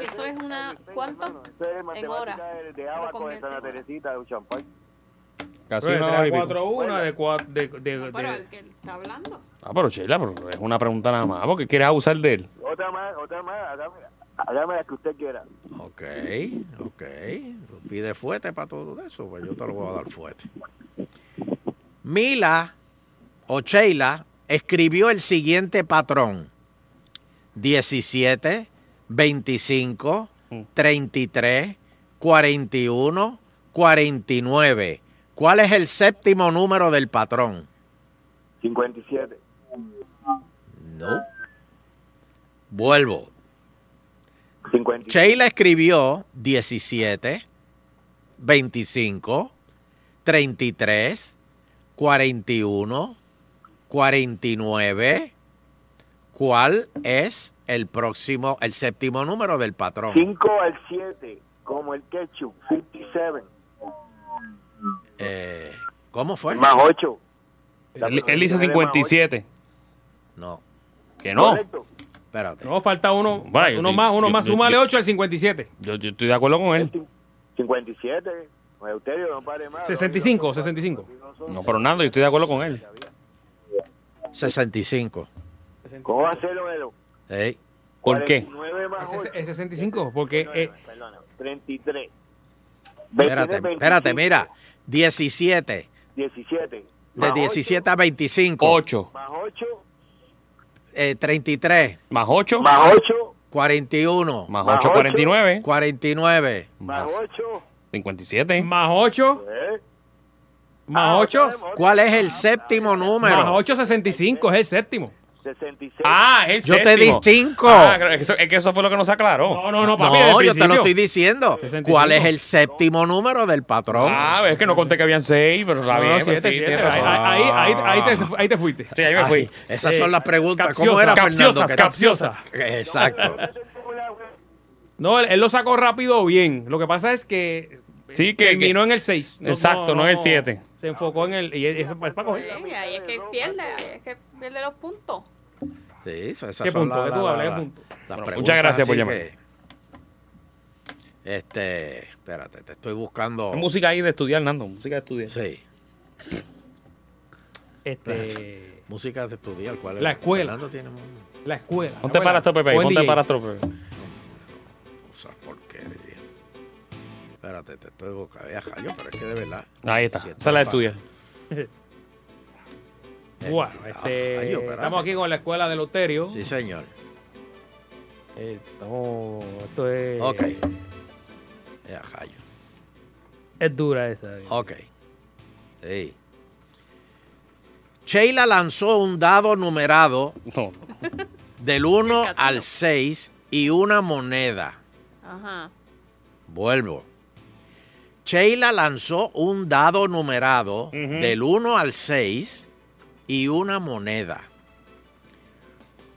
Eso es una. ¿Cuánto? En horas. Lo convierte en Santa horas. Teresita de Champagne. Casi Pero una de hora y pico. 4 a 1, de 4 de, de, de- Pero el que está hablando. Ah, pero Sheila, pero es una pregunta nada más. porque quieres abusar de él? Otra más, otra más. Hágame, hágame la que usted quiera. Ok, ok. Tú Pide fuerte para todo eso, pues yo te lo voy a dar fuerte. Mila o Sheila escribió el siguiente patrón. 17, 25, 33, 41, 49. ¿Cuál es el séptimo número del patrón? 57. No. Vuelvo. 50. Sheila escribió 17, 25, 33, 41, 49. ¿Cuál es el próximo, el séptimo número del patrón? 5 al 7, como el ketchup, 57. Eh, ¿Cómo fue? Más 8. Él, él dice 57. No, Que no. Correcto. espérate. No, falta uno, Bueno, yo uno estoy- más, uno yo- más. yo- Súmale yo- 8 al 57. Yo, yo estoy de acuerdo con él. 57. Euterio, no pare más. 65, 65. No, pero Nando, yo estoy de acuerdo con él. 65. ¿Cómo va a ser, Homero? Ey, ¿Por qué? 49 más Es, 8. es 65, porque eh, Perdona, 33. espérate, 23, espérate, 25, mira. 17, 17. de 17 a 25, 8. Más 8. eh, 33, Más 8. Más 8. 41, Más Más 8, ocho. 49. 49. Más Más 8. 57. más 8, ¿Eh? Ah, más 8, ¿Cuál es el séptimo número? más 8, 65, es el séptimo. 66. Ah, es Yo te di séptimo. cinco. Ah, creo que eso- es que eso fue lo que nos aclaró. No, no, no, papi, No, del yo te lo estoy principio. diciendo. 65. ¿Cuál es el séptimo número del patrón? Ah, es que no conté que habían seis, pero está No, bien. no, pues siete, sí, siete. tienes razón. Ahí, ahí, ahí, ahí te, ahí te fuiste. Sí, ahí me fui. Eh, Ay, esas son las preguntas. ¿Cómo Capciosas, era, Fernando? capciosas, que- capciosas. Exacto. No, él, él lo sacó rápido bien. Lo que pasa es que eh, Sí, que- terminó que- en el 6. Exacto, no el siete. Se enfocó en el... Y eso es para Sí, coger. ahí es que pierde, ahí es que pierde los puntos. Sí, esas ¿Qué son punto? las- ¿Qué tú las- hablas? ¿Qué las- punto? las Bueno, preguntas, muchas gracias por así llamar. que- este, espérate, te estoy buscando. Hay música ahí de estudiar, Nando. Música de estudiar. Sí, Este, música de estudiar. ¿Cuál es? La escuela. Fernando tiene un- la escuela. Ponte para esto, Pepe. O en Ponte DJ. para esto, Pepe. cosas porquerías. Espérate, te estoy buscando. Ay, Jayo, pero es que de verdad. Ahí está. Sí, Esa es la de estudiar. Bueno, Eh, este, ay, yo, espérate. estamos aquí con la escuela de Loterio. Sí, señor. Eh, estamos, esto es, Ok. Ya, Jayo. es dura esa. eh. Ok. Sí. Sheila lanzó un dado numerado No, del 1 casino. al 6 y una moneda. Ajá. Vuelvo. Sheila lanzó un dado numerado del 1 al 6 y una moneda.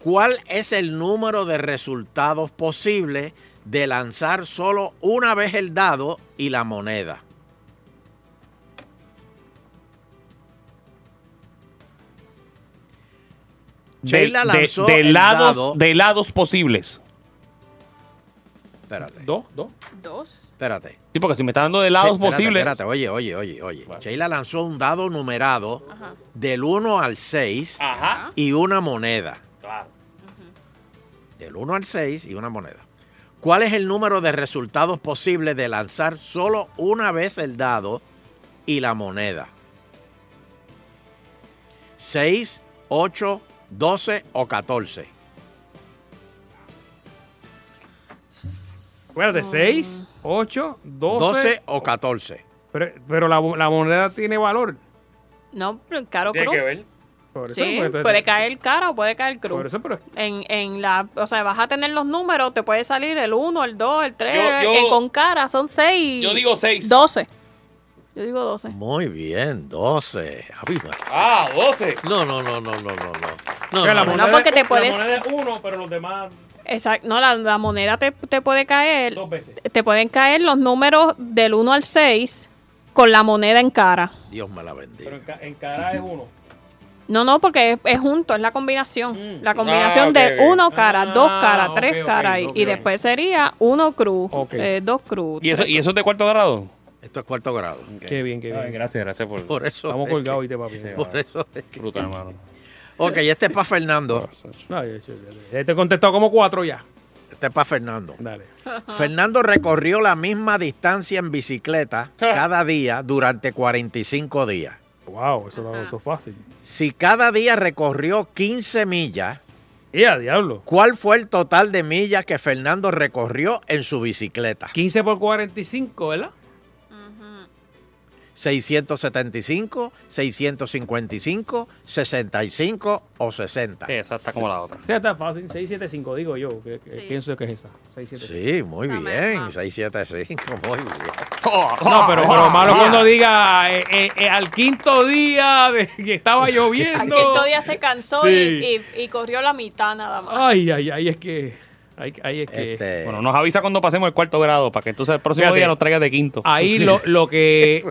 ¿Cuál es el número de resultados posible de lanzar solo una vez el dado y la moneda? De, Sheila de- lanzó de el lados, dado. de lados posibles. Espérate, Dos, dos. Dos. espérate. Sí, porque si me está dando de lados Sí, espérate, posibles. Espérate, oye, oye, oye, oye. Sheila lanzó un dado numerado Ajá. del 1 al 6 Ajá. y una moneda. Claro. Del 1 al 6 y una moneda. ¿Cuál es el número de resultados posibles de lanzar solo una vez el dado y la moneda? 6, 8, 12 o 14. Acuérdate, seis, ocho, 12, doce. o 14. Pero, pero la, la moneda tiene valor. No, pero caro Tiene cruz. que ver. Por eso, Sí, porque entonces- puede caer cara o puede caer Por cruz. eso, pero En, en la, o sea, vas a tener los números, te puede salir el 1, el 2, el 3, Yo- yo- con cara, son 6. Yo digo seis. 12. Yo digo 12. Muy bien, 12. Ay, ma- Ah, 12. No, no, no, no, no, no. no. No, que la no, moneda porque es- te la puedes- moneda es uno, pero los demás Exacto, no, la, la moneda te, te puede caer. Dos veces. Te pueden caer los números del 1 al 6 con la moneda en cara. Dios me la bendiga. Pero en, ca- en cara es uno. No, no, porque es, es junto, es la combinación. La combinación Ah, ok, de ok. uno cara, dos cara, ok, tres ok, cara. y- ok, y ok. después sería uno cruz, Ok. eh, dos cruz. ¿Y eso, ¿Y eso es de cuarto grado? Esto es cuarto grado. Qué bien, qué bien. Ay, gracias, gracias por... Por eso. Estamos es colgados que- y te papi. Por eso. es que- Brutal, hermano. Ok, este es para Fernando. No, yo- yo- yo- ya te he contestado como cuatro ya. Este es para Fernando. Dale. Fernando recorrió la misma distancia en bicicleta cada día durante 45 días. Wow, eso, eso es fácil. Si cada día recorrió 15 millas, Y a diablo. ¿cuál fue el total de millas que Fernando recorrió en su bicicleta? 15 por 45, ¿verdad? 675, 655, 65 o 60. Sí, Eh, esa está como la otra. O sea, está fácil. 675, digo yo. que- que Sí. Pienso que es esa. 675. Sí, muy Esa bien. misma. 675, muy bien. No, pero, pero malo Ah. cuando diga eh, eh, eh, al quinto día de que estaba lloviendo. Aquí todavía se cansó Sí. y, y- y corrió la mitad nada más. Ay, ay, ay, es que. Ay, ay, es que. Este, Bueno, nos avisa cuando pasemos el cuarto grado para que entonces el próximo Fíjate. día nos traiga de quinto. Ahí lo, lo que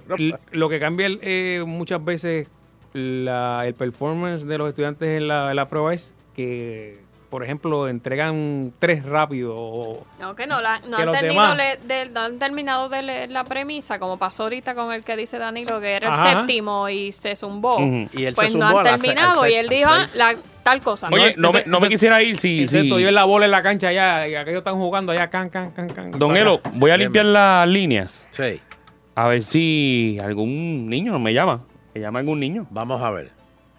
lo que cambia el, eh, muchas veces la- el performance de los estudiantes en la, en la prueba es que, por ejemplo, entregan tres rápido. o- No, que no, la- no, Que han los terminado demás. le- de- no han terminado de leer la premisa, como pasó ahorita con el que dice Danilo, que era Ajá. el séptimo y se zumbó. Ujú. Y él se pues zumbó no a han la se- al terminado se- y él al dijo seis. la, tal cosa. Oye, no, este, me, no me quisiera ir si... si- Excepto yo en la bola en la cancha allá, y aquellos están jugando allá, can, can, can, can. Don Elo, voy a limpiar las líneas. sí, A ver si algún niño me llama. Me llama algún niño. vamos a ver.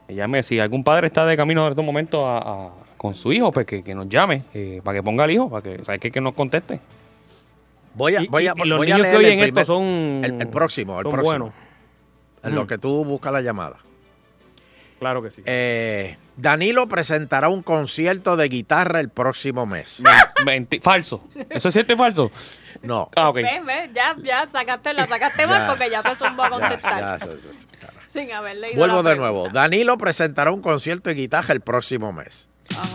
Que llame. Si algún padre está de camino en estos momentos a- a- con su hijo, pues que, que nos llame. eh, para que ponga al hijo, para que, ¿sabes qué? Que nos conteste. Voy a, Y- voy a, y- y los voy a niños que leer el oyen esto primer- son. el- el próximo, el son próximo. buenos. en lo que tú buscas la llamada. Claro que sí. Eh, Danilo presentará un concierto de guitarra el próximo mes. Menti- falso. ¿Eso es cierto o falso? No. Ah, ok. Ves, ves, ya, ya sacaste, la sacaste mal porque ya se zumbó a Ya, contestar. ya, se- se- se- cara. Sin haber leído Vuelvo la de pregunta. nuevo. Danilo presentará un concierto de guitarra el próximo mes.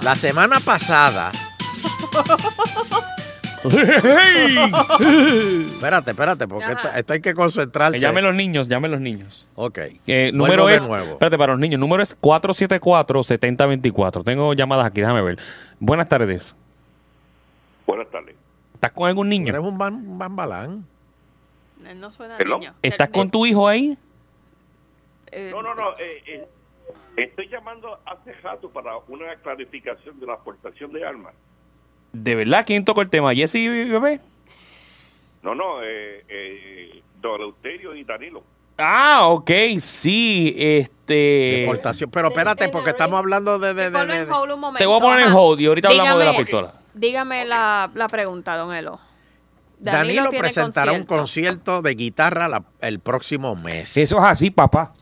La semana pasada. espérate, espérate, porque esto, esto hay que Que concentrarse. llamen los niños, llamen los niños. Ok. Eh, Vuelvo número de es. nuevo. Espérate, para los niños. Número es 474-7024. Tengo llamadas aquí, déjame ver. Buenas tardes. Buenas tardes. ¿Estás con algún Eres niño? un, ban- un bambalán. Eh, Él no suena Hello. niño. ¿Estás Él- con tu hijo ahí? eh, No, no, no. eh, eh, estoy llamando hace rato para una clarificación de la aportación de armas. ¿De verdad? ¿Quién tocó el tema? ¿Jesse y bebé? No, no, eh, eh, Don Eleuterio y Danilo. Ah, ok, sí. Este. Deportación. Pero espérate, porque estamos hablando de. de- de- Ponlo en de- hold un momento, Te voy a poner en ajá. hold y ahorita hablamos de la Dígame- pistola. Dígame la, la pregunta, don Elo. Danilo, tiene presentará un concierto de guitarra la- el próximo mes. Eso es así, papá.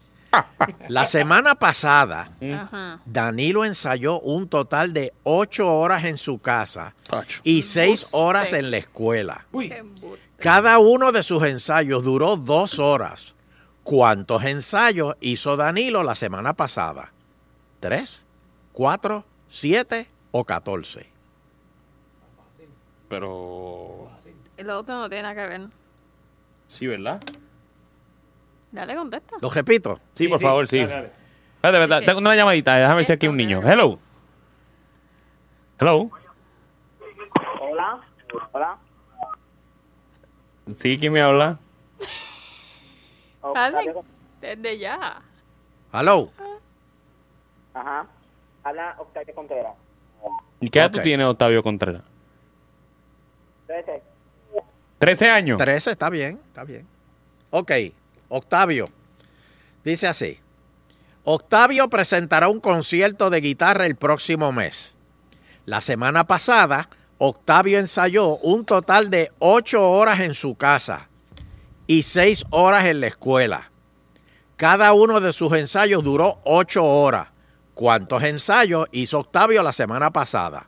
La semana pasada, Ajá. Danilo ensayó un total de ocho horas en su casa y seis horas en la escuela. Uy, Cada uno de sus ensayos duró dos horas. ¿Cuántos ensayos hizo Danilo la semana pasada? ¿Tres? ¿Cuatro? ¿Siete? ¿O catorce? Pero. El otro no tiene nada que ver. Sí, ¿verdad? Dale, contesta. Lo repito. Sí, por favor, sí. dale, dale. Espérate, espérate, tengo una llamadita. Déjame ver si aquí hay un Esto, niño. Hello. Hello. Hola, hola. Sí, ¿quién me habla? Oh, Dale, desde ya. ¿Aló? Ajá. Habla Octavio Contreras. ¿Y qué edad tú Ok. tienes, Octavio Contreras? Trece. 13 años. Trece, está bien, está bien. Ok, Octavio. Dice así. Octavio presentará un concierto de guitarra el próximo mes. La semana pasada, Octavio ensayó un total de ocho horas en su casa y seis horas en la escuela. Cada uno de sus ensayos duró ocho horas. ¿Cuántos ensayos hizo Octavio la semana pasada?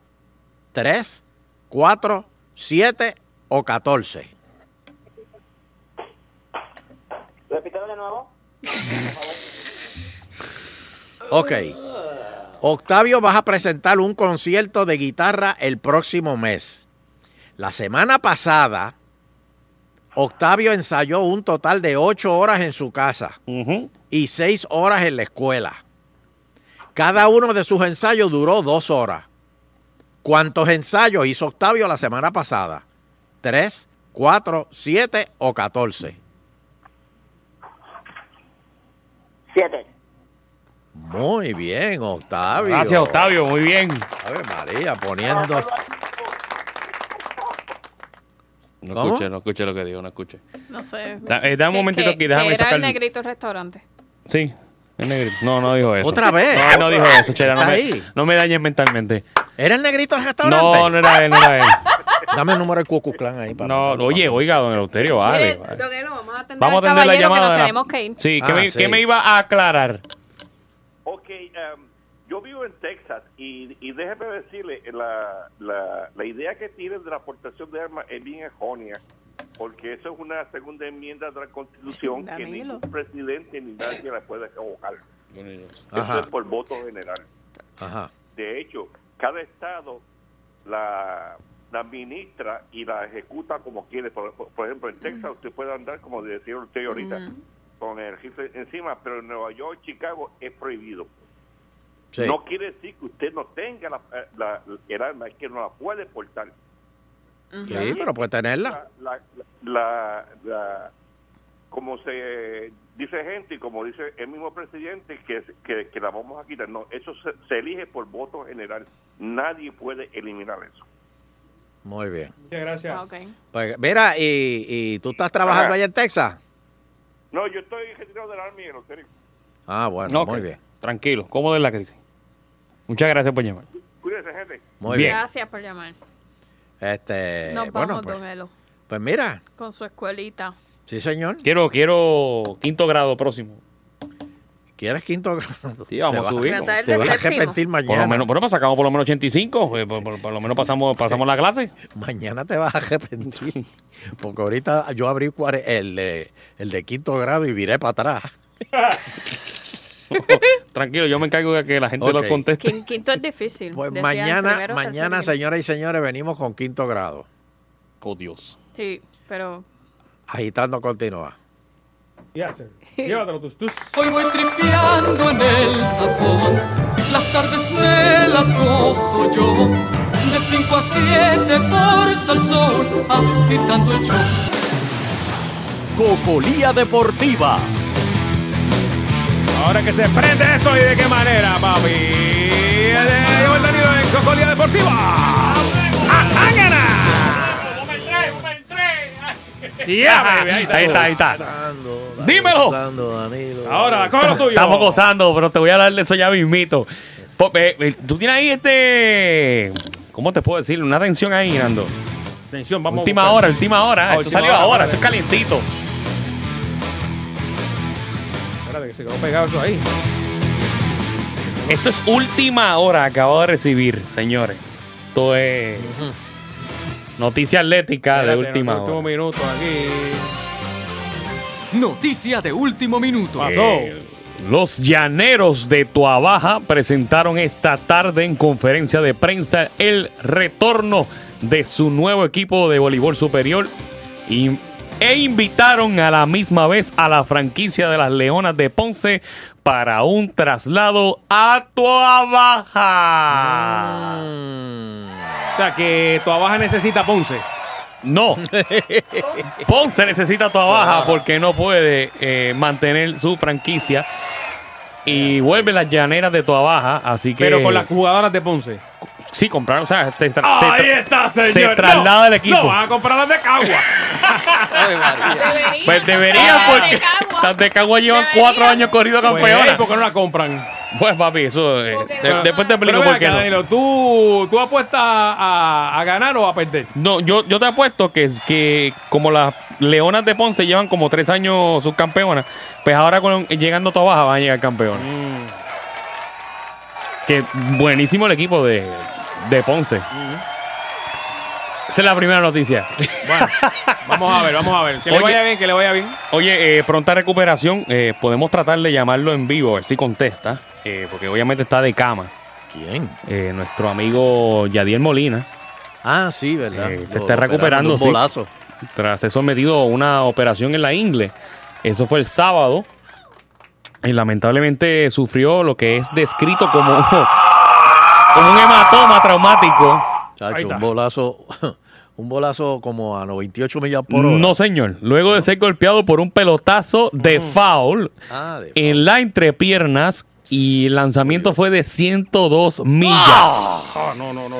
¿Tres, cuatro, siete o catorce? Repítelo de nuevo. Ok. Octavio, vas a presentar un concierto de guitarra el próximo mes. La semana pasada, Octavio ensayó un total de ocho horas en su casa y seis horas en la escuela. Cada uno de sus ensayos duró dos horas. ¿Cuántos ensayos hizo Octavio la semana pasada? ¿Tres, cuatro, siete o catorce? Siete. Muy bien, Octavio. Gracias, Octavio, muy bien. Ave María, poniendo. No ¿Cómo? escuché, no escuché lo que digo, no escuché. No sé. Da- eh, da un Que- momentito que- aquí, déjame que era sacar- el negrito restaurante. Sí, el negrito. No, no dijo eso. ¿Otra vez? No, no dijo eso, Chela. No Está me, ahí. no me dañes mentalmente. ¿Era el negrito del restaurante? No, no era él, no era él. Dame el número del Cucu Clan ahí para. No, oye, oiga, don Eleuterio, vale. Mire, vale. don Elo, vamos a atender Vamos a al atender la caballero llamada. que de nos la- tenemos que ir. Sí, ¿qué, Ah, me, sí. qué me iba a aclarar? Ok, um, yo vivo en Texas y, y déjeme decirle, eh, la, la, la idea que tienen de la aportación de armas es bien errónea, porque eso es una segunda enmienda de la Constitución que Danilo. ningún presidente ni nadie la puede abogar. Ajá. Eso es por voto general. Ajá. De hecho, cada estado la, la administra y la ejecuta como quiere. Por, por- por ejemplo, en Texas usted puede andar, como decía usted ahorita, con el rifle encima, pero en Nueva York, Chicago es prohibido. Sí. No quiere decir que usted no tenga la, eh, la- el arma, es que no la puede portar. Sí, pero puede tenerla. La, la- la- la- como se dice gente y como dice el mismo presidente, que, que, que la vamos a quitar. No, eso se, se elige por voto general. Nadie puede eliminar eso. Muy bien. Muchas gracias. Ah, ok. Pues, mira, y, y tú estás trabajando Ajá. allá en Texas. No, yo estoy retirado del Army, en serio. Ah, bueno, Ok, muy bien. Tranquilo, cómodo en la crisis. Muchas gracias por llamar. Cuídense, gente. Muy Bien. bien. Gracias por llamar. Este, Nos bueno, vamos, pues, don Elo, pues mira, con su escuelita. sí, señor. Quiero, quiero quinto grado próximo. ¿Quieres quinto grado? Sí, vamos Te a vas- subir. Tratar Se de va. Vas a Séptimo. arrepentir Por mañana. lo menos, bueno, pues sacamos por lo menos 85. eh, Por, por- por lo menos pasamos, pasamos la clase. Mañana te vas a arrepentir. Porque ahorita yo abrí cuare- el, de- el de quinto grado y viré para atrás. Tranquilo, yo me encargo de que la gente Ok. lo conteste. Quin- Quinto es difícil. Pues decía el mañana, primero, mañana, tercero y señoras y señores, venimos con quinto grado. Oh, Dios. quinto. Sí, pero Agitando continúa. Ya sé. Llévatelo tus tus. Hoy voy tripeando en el tapón, las tardes me las gozo yo, de 5 a 7 por Salsón, agitando el show. Cocolía Deportiva. Ahora que se prende esto y de qué manera, papi. Llegó el Danilo en Cocolía Deportiva. ¡Ángana! ¡Ya, baby! Ahí está. Ahí está, ahí está. Gozando, Dímelo. gozando, Danilo. Ahora, coge lo tuyo. Estamos gozando, pero te voy a hablar de eso ya mismito. Po- eh, eh, Tú tienes ahí este... ¿Cómo te puedo decir? Una tensión ahí, Nando. Atención, vamos a última buscar. hora, última hora. Ah, esto última salió hora, ahora, vale. esto es calientito. Espérate, que se quedó pegado eso ahí. Esto es última hora, acabo de recibir, señores. Esto es noticia atlética Espérate, de última último hora. minuto aquí. Noticia de último minuto. Eh, los llaneros de Tuabaja presentaron esta tarde en conferencia de prensa el retorno de su nuevo equipo de voleibol superior y- e invitaron a la misma vez a la franquicia de las Leonas de Ponce para un traslado a Tuabaja. Mm, O sea, que tu abaja necesita Ponce. No. Ponce necesita tu baja porque no puede eh, mantener su franquicia. Y vuelve las llaneras de tu baja, así que. Pero con las jugadoras de Ponce. Sí, compraron. O sea, se, tra- se tra- Ahí está, señor. se No, traslada el equipo. No, van a comprar las de Cagua. Pues deberían, porque las de Cagua llevan Deberían. cuatro años corrido campeona. Pues, ¿Por qué no la compran? Pues, papi, eso. eh, Porque de- no. después te Pero explico ven por qué acá, no. Danilo, ¿tú, ¿tú apuestas a, a ganar o a perder? No, yo, yo te apuesto que, es- que como las Leonas de Ponce llevan como tres años subcampeonas, pues ahora con, llegando a baja van a llegar campeones. Que buenísimo el equipo de, de Ponce. Esa es la primera noticia. Bueno, vamos a ver, vamos a ver. Que le Oye. vaya bien, que le vaya bien. Oye, eh, pronta recuperación. eh, podemos tratar de llamarlo en vivo, a ver si contesta. eh, porque obviamente está de cama. ¿Quién? Eh, nuestro amigo Yadiel Molina. Ah, sí, ¿verdad? Eh, Lo se está operaron de recuperando. un sí. bolazo. Tras ser sometido a una operación en la ingle. Eso fue el sábado. Y lamentablemente sufrió lo que es descrito como, como un hematoma traumático. Chacho, Ahí está. un bolazo, un bolazo como a 98 millas por hora. No, señor. Luego de ser golpeado por un pelotazo de foul Ah, de- en la entrepiernas y el lanzamiento fue de 102 millas. Ah, no, no, no.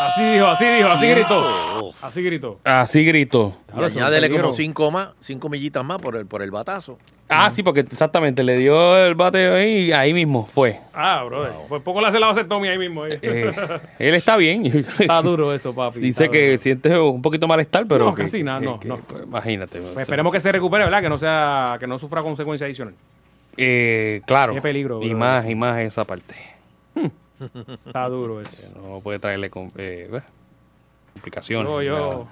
Así dijo, así dijo, así gritó. Así gritó. Así gritó. y añádele como 5 más, 5 millitas más por el, por el batazo. Ah, sí, porque exactamente le dio el bate ahí y ahí mismo fue. Ah, brother. Pues poco le hace la vasectomía ahí mismo. eh. Eh, él está bien. Está duro eso, papi. Dice Está que siente un poquito malestar, pero. No, que- casi nada, que- no, que- no. pues, imagínate. Pues esperemos que se recupere, ¿verdad? Que no sea, que no sufra consecuencias adicionales. Eh, claro. Qué peligro, Y bro, más, y más esa parte. Está duro eso. No puede traerle com- eh, bueno, complicaciones. Yo, nada. yo,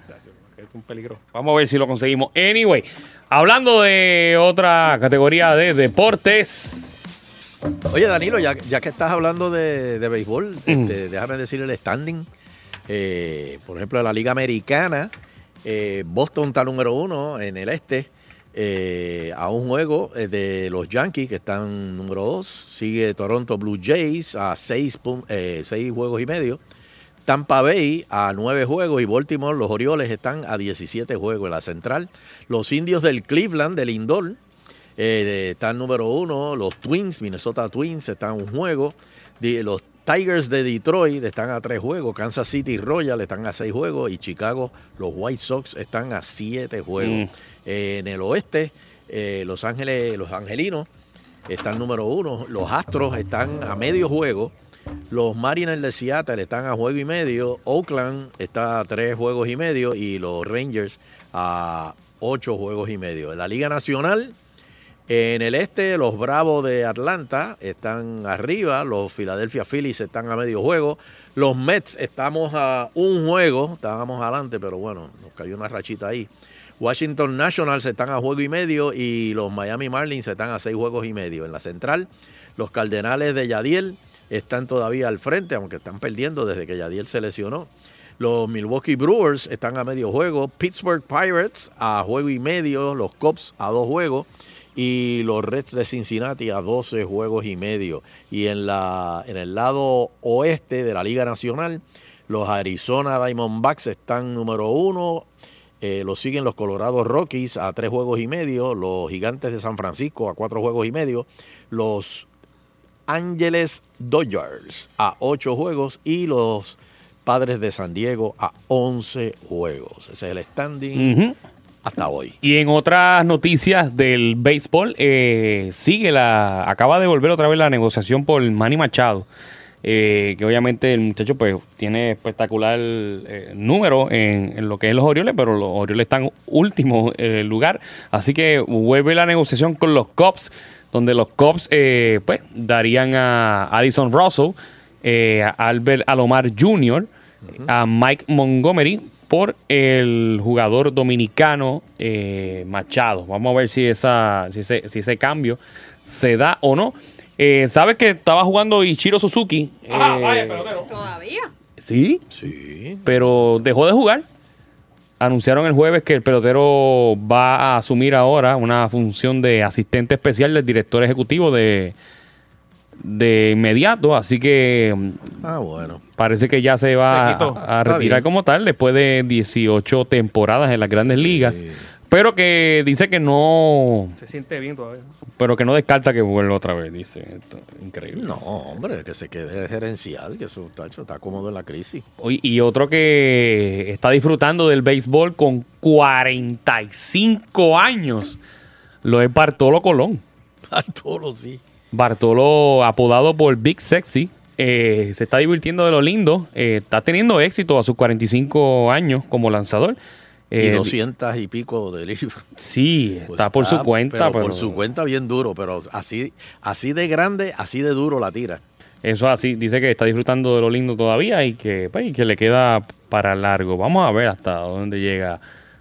es un peligro. Vamos a ver si lo conseguimos. Anyway, hablando de otra categoría de deportes. Oye, Danilo, ya, ya que estás hablando de, de béisbol, este, déjame decir el standing. Eh, por ejemplo, en la Liga Americana, eh, Boston está número uno en el este, eh, a un juego eh, de los Yankees, que están número dos. Sigue Toronto Blue Jays a seis, pun- eh, seis juegos y medio. Tampa Bay a nueve juegos y Baltimore, los Orioles están a 17 juegos en la central. Los indios del Cleveland, del Lindor, eh, de- están número uno. Los Twins, Minnesota Twins, están a un juego. Di- Los Tigers de Detroit están a tres juegos. Kansas City Royal están a seis juegos. Y Chicago, los White Sox están a siete juegos. Eh, en el oeste, eh, Los Ángeles, los Angelinos están número uno. Los Astros están a medio juego. Los Mariners de Seattle están a juego y medio. Oakland está a tres juegos y medio. Y los Rangers a ocho juegos y medio. En la Liga Nacional, en el este, los Bravos de Atlanta están arriba, los Philadelphia Phillies están a medio juego, los Mets estamos a un juego, estábamos adelante, pero bueno, nos cayó una rachita ahí. Washington Nationals están a juego y medio y los Miami Marlins están a seis juegos y medio. En la central, los Cardenales de Yadiel están todavía al frente, aunque están perdiendo desde que Yadiel se lesionó. Los Milwaukee Brewers están a medio juego. Pittsburgh Pirates a juego y medio. Los Cubs a dos juegos. Y los Reds de Cincinnati a 12 juegos y medio. Y en, la, en el lado oeste de la Liga Nacional, los Arizona Diamondbacks están número uno. Eh, lo siguen los Colorado Rockies a tres juegos y medio. Los Gigantes de San Francisco a cuatro juegos y medio. Los Ángeles Dodgers a 8 juegos y los Padres de San Diego a 11 juegos. Ese es el standing Ujú. hasta hoy. Y en otras noticias del béisbol, eh, sigue la. Acaba de volver otra vez la negociación por Manny Machado. eh, que obviamente el muchacho pues tiene espectacular eh, número en, en lo que es los Orioles, pero los Orioles están último eh, lugar. Así que vuelve la negociación con los Cubs, donde los Cubs eh, pues darían a Addison Russell, eh, a Albert Alomar Jr., a Mike Montgomery por el jugador dominicano eh, Machado. Vamos a ver si, esa, si, ese, si ese cambio se da o no. Eh, ¿Sabes que estaba jugando Ichiro Suzuki? Ah, Eh, vaya, pelotero. Todavía. Sí, Sí. pero dejó de jugar. Anunciaron el jueves que el pelotero va a asumir ahora una función de asistente especial del director ejecutivo de, de inmediato. Así que mm, Ah, bueno. Parece que ya se va Se quitó. a, a Está retirar bien. como tal después de 18 temporadas en las grandes ligas. Pero que dice que no, Se siente bien todavía. pero que no descarta que vuelva otra vez, dice. Esto es increíble. No, hombre, que se quede gerencial, que eso tacho, está cómodo en la crisis. Oye, Y otro que está disfrutando del béisbol con 45 años, lo es Bartolo Colón. Bartolo, sí. Bartolo, apodado por Big Sexy, eh, se está divirtiendo de lo lindo. eh, está teniendo éxito a sus 45 años como lanzador. y Eh, 200 y pico de libros. Sí, Pues está por su cuenta, pero, Por su cuenta bien duro, pero así, así de grande, así de duro la tira. eso así, dice que está disfrutando de lo lindo todavía y que, pues, y que le queda para largo. Vamos a ver hasta dónde llega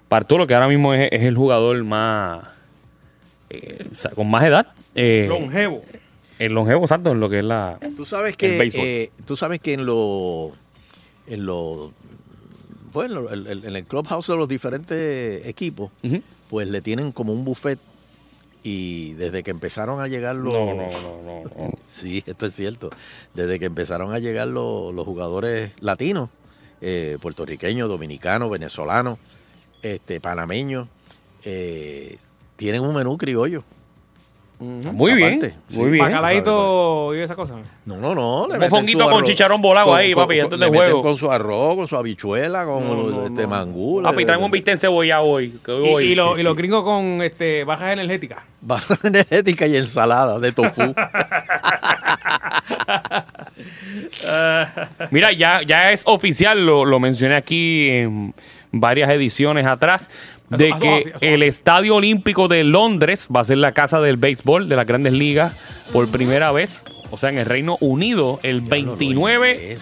Bartolo, que ahora mismo es, es el jugador más eh, o sea, con más edad. eh, Longevo. El longevo santo es lo que es la. Tú sabes el que béisbol. eh, tú sabes que en lo en lo bueno el- el- en el clubhouse de los diferentes equipos pues le tienen como un buffet y desde que empezaron a llegar los No, no, no, no, no. sí esto es cierto desde que empezaron a llegar los, los jugadores latinos eh, puertorriqueños dominicanos venezolanos este panameños eh, tienen un menú criollo Muy bien, muy bien. Bacalaito y esa cosa. no, no, no. le Un meten mofonguito su con arroz- chicharrón volado ahí, papi, con- antes le del meten juego. Con su arroz, con su habichuela, con este mangú. Papi, le- traeme un bistec cebollado hoy. que Y, hoy- y los y los gringos con este, bajas energéticas. barra energética y ensalada de tofu. Mira, ya, ya es oficial, lo, lo mencioné aquí en varias ediciones atrás, de Eso- eso que así, eso el Estadio Olímpico de Londres va a ser la casa del béisbol de las grandes ligas por primera vez, o sea, en el Reino Unido, el Eh, 29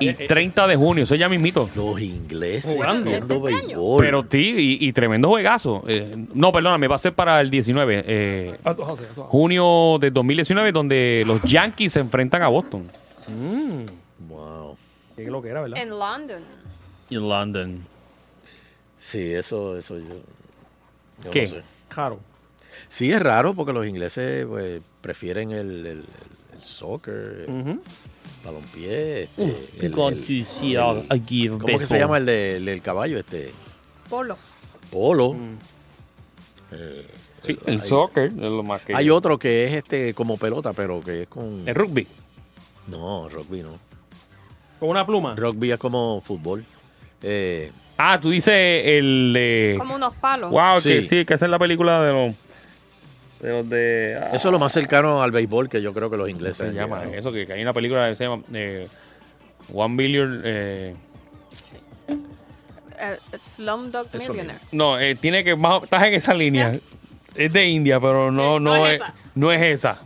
y 30 de junio. Eso ya mismito. Los ingleses Jugando. viendo béisbol. Pero ti, y, y tremendo juegazo. Eh, no, perdóname, va a ser para el 19. eh, Ah, junio de 2019, donde los Yankees se enfrentan a Boston. Wow. Qué lo que era, Eh. ¿verdad? En London. En London. Sí, eso, eso yo. yo ¿Qué? no sé. Claro. Sí, es raro porque los ingleses pues, prefieren el, el- el soccer, el balompié. este, Uh, el- because el- you see all- el- I give ¿Cómo que se baseball. llama el, de- el del caballo? Este. Polo. polo. Eh, Sí, el soccer es lo más que. hay otro que es este como pelota, pero que es con. El rugby. No, rugby no. Con una pluma. Ah. Rugby es como fútbol. Eh, Ah, tú dices el de. Como unos palos. Wow, que Sí. sí, que esa es la película de los. De los de. ah, eso es lo más cercano al béisbol que yo creo que los ingleses. se han llama llegado. eso, que, que hay una película que se llama. eh, One Billion. eh, Eh, Slumdog Eso Millionaire. no, eh, tiene que. más- estás en esa línea. Es de India, pero no, Eh, no, es, esa. no es esa.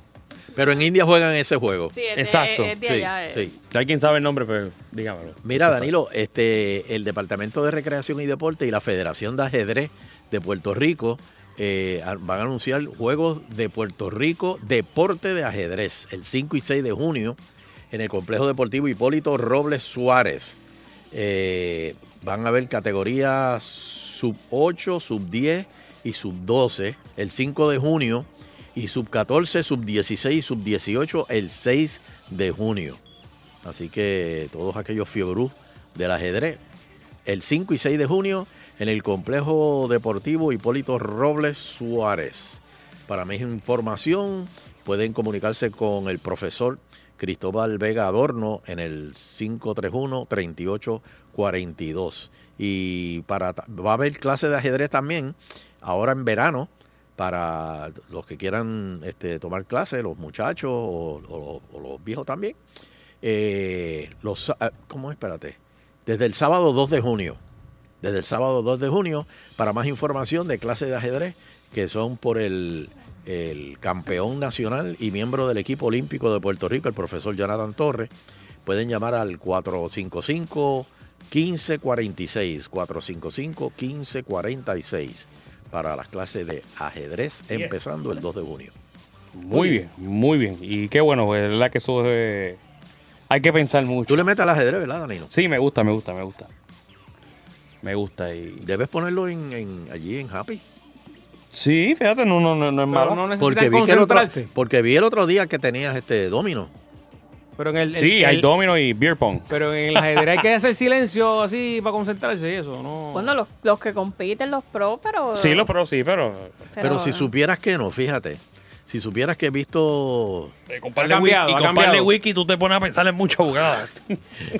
Pero en India juegan ese juego. Sí, es de- Exacto. es de Sí, allá, eh. sí. Alguien sabe el nombre, pero dígamelo. Mira, Danilo, este, el Departamento de Recreación y Deporte y la Federación de Ajedrez de Puerto Rico eh, a- van a anunciar Juegos de Puerto Rico Deporte de Ajedrez el 5 y 6 de junio en el Complejo Deportivo Hipólito Robles Suárez. Eh, van a haber categorías sub 8, sub 10 y sub 12 el 5 de junio y sub 14, sub 16 y sub 18 el 6 de junio. Así que todos aquellos fiebrú del ajedrez, el 5 y 6 de junio en el Complejo Deportivo Hipólito Robles Suárez. Para más información pueden comunicarse con el profesor Cristóbal Vega Adorno en el 531-3842. Y para, ta- va a haber clases de ajedrez también ahora en verano para los que quieran este, tomar clases, los muchachos o- o- o los viejos también eh, los, sa- ah, ¿cómo es? Espérate, desde el sábado 2 de junio, desde el sábado 2 de junio, para más información de clases de ajedrez que son por el, el campeón nacional y miembro del equipo olímpico de Puerto Rico, el profesor Jonathan Torres, pueden llamar al 455 1546, 455 1546 para las clases de ajedrez empezando el 2 de junio. Muy bien, muy bien. Y qué bueno, pues, es verdad que eso es. Hay que pensar mucho. Tú le metes al ajedrez, ¿verdad, Danilo? Sí, me gusta, me gusta, me gusta. Me gusta y. Debes ponerlo en, en- allí en Happy. Sí, fíjate, no, no, no, no Pero es malo. no necesitan Porque vi, que el otro, concentrarse. porque vi el otro día que tenías este domino. Pero en el, el- sí, hay el- domino y beer pong. Pero en el ajedrez hay que hacer silencio así para concentrarse y eso, ¿no? Pues Bueno, los, los que compiten, los pro, pero. Sí, los pero sí, pero. Pero, si supieras que no, fíjate. Si supieras que he visto. comparle Ha cambiado, ha cambiado. wiki, tú te pones a pensar en muchas jugadas.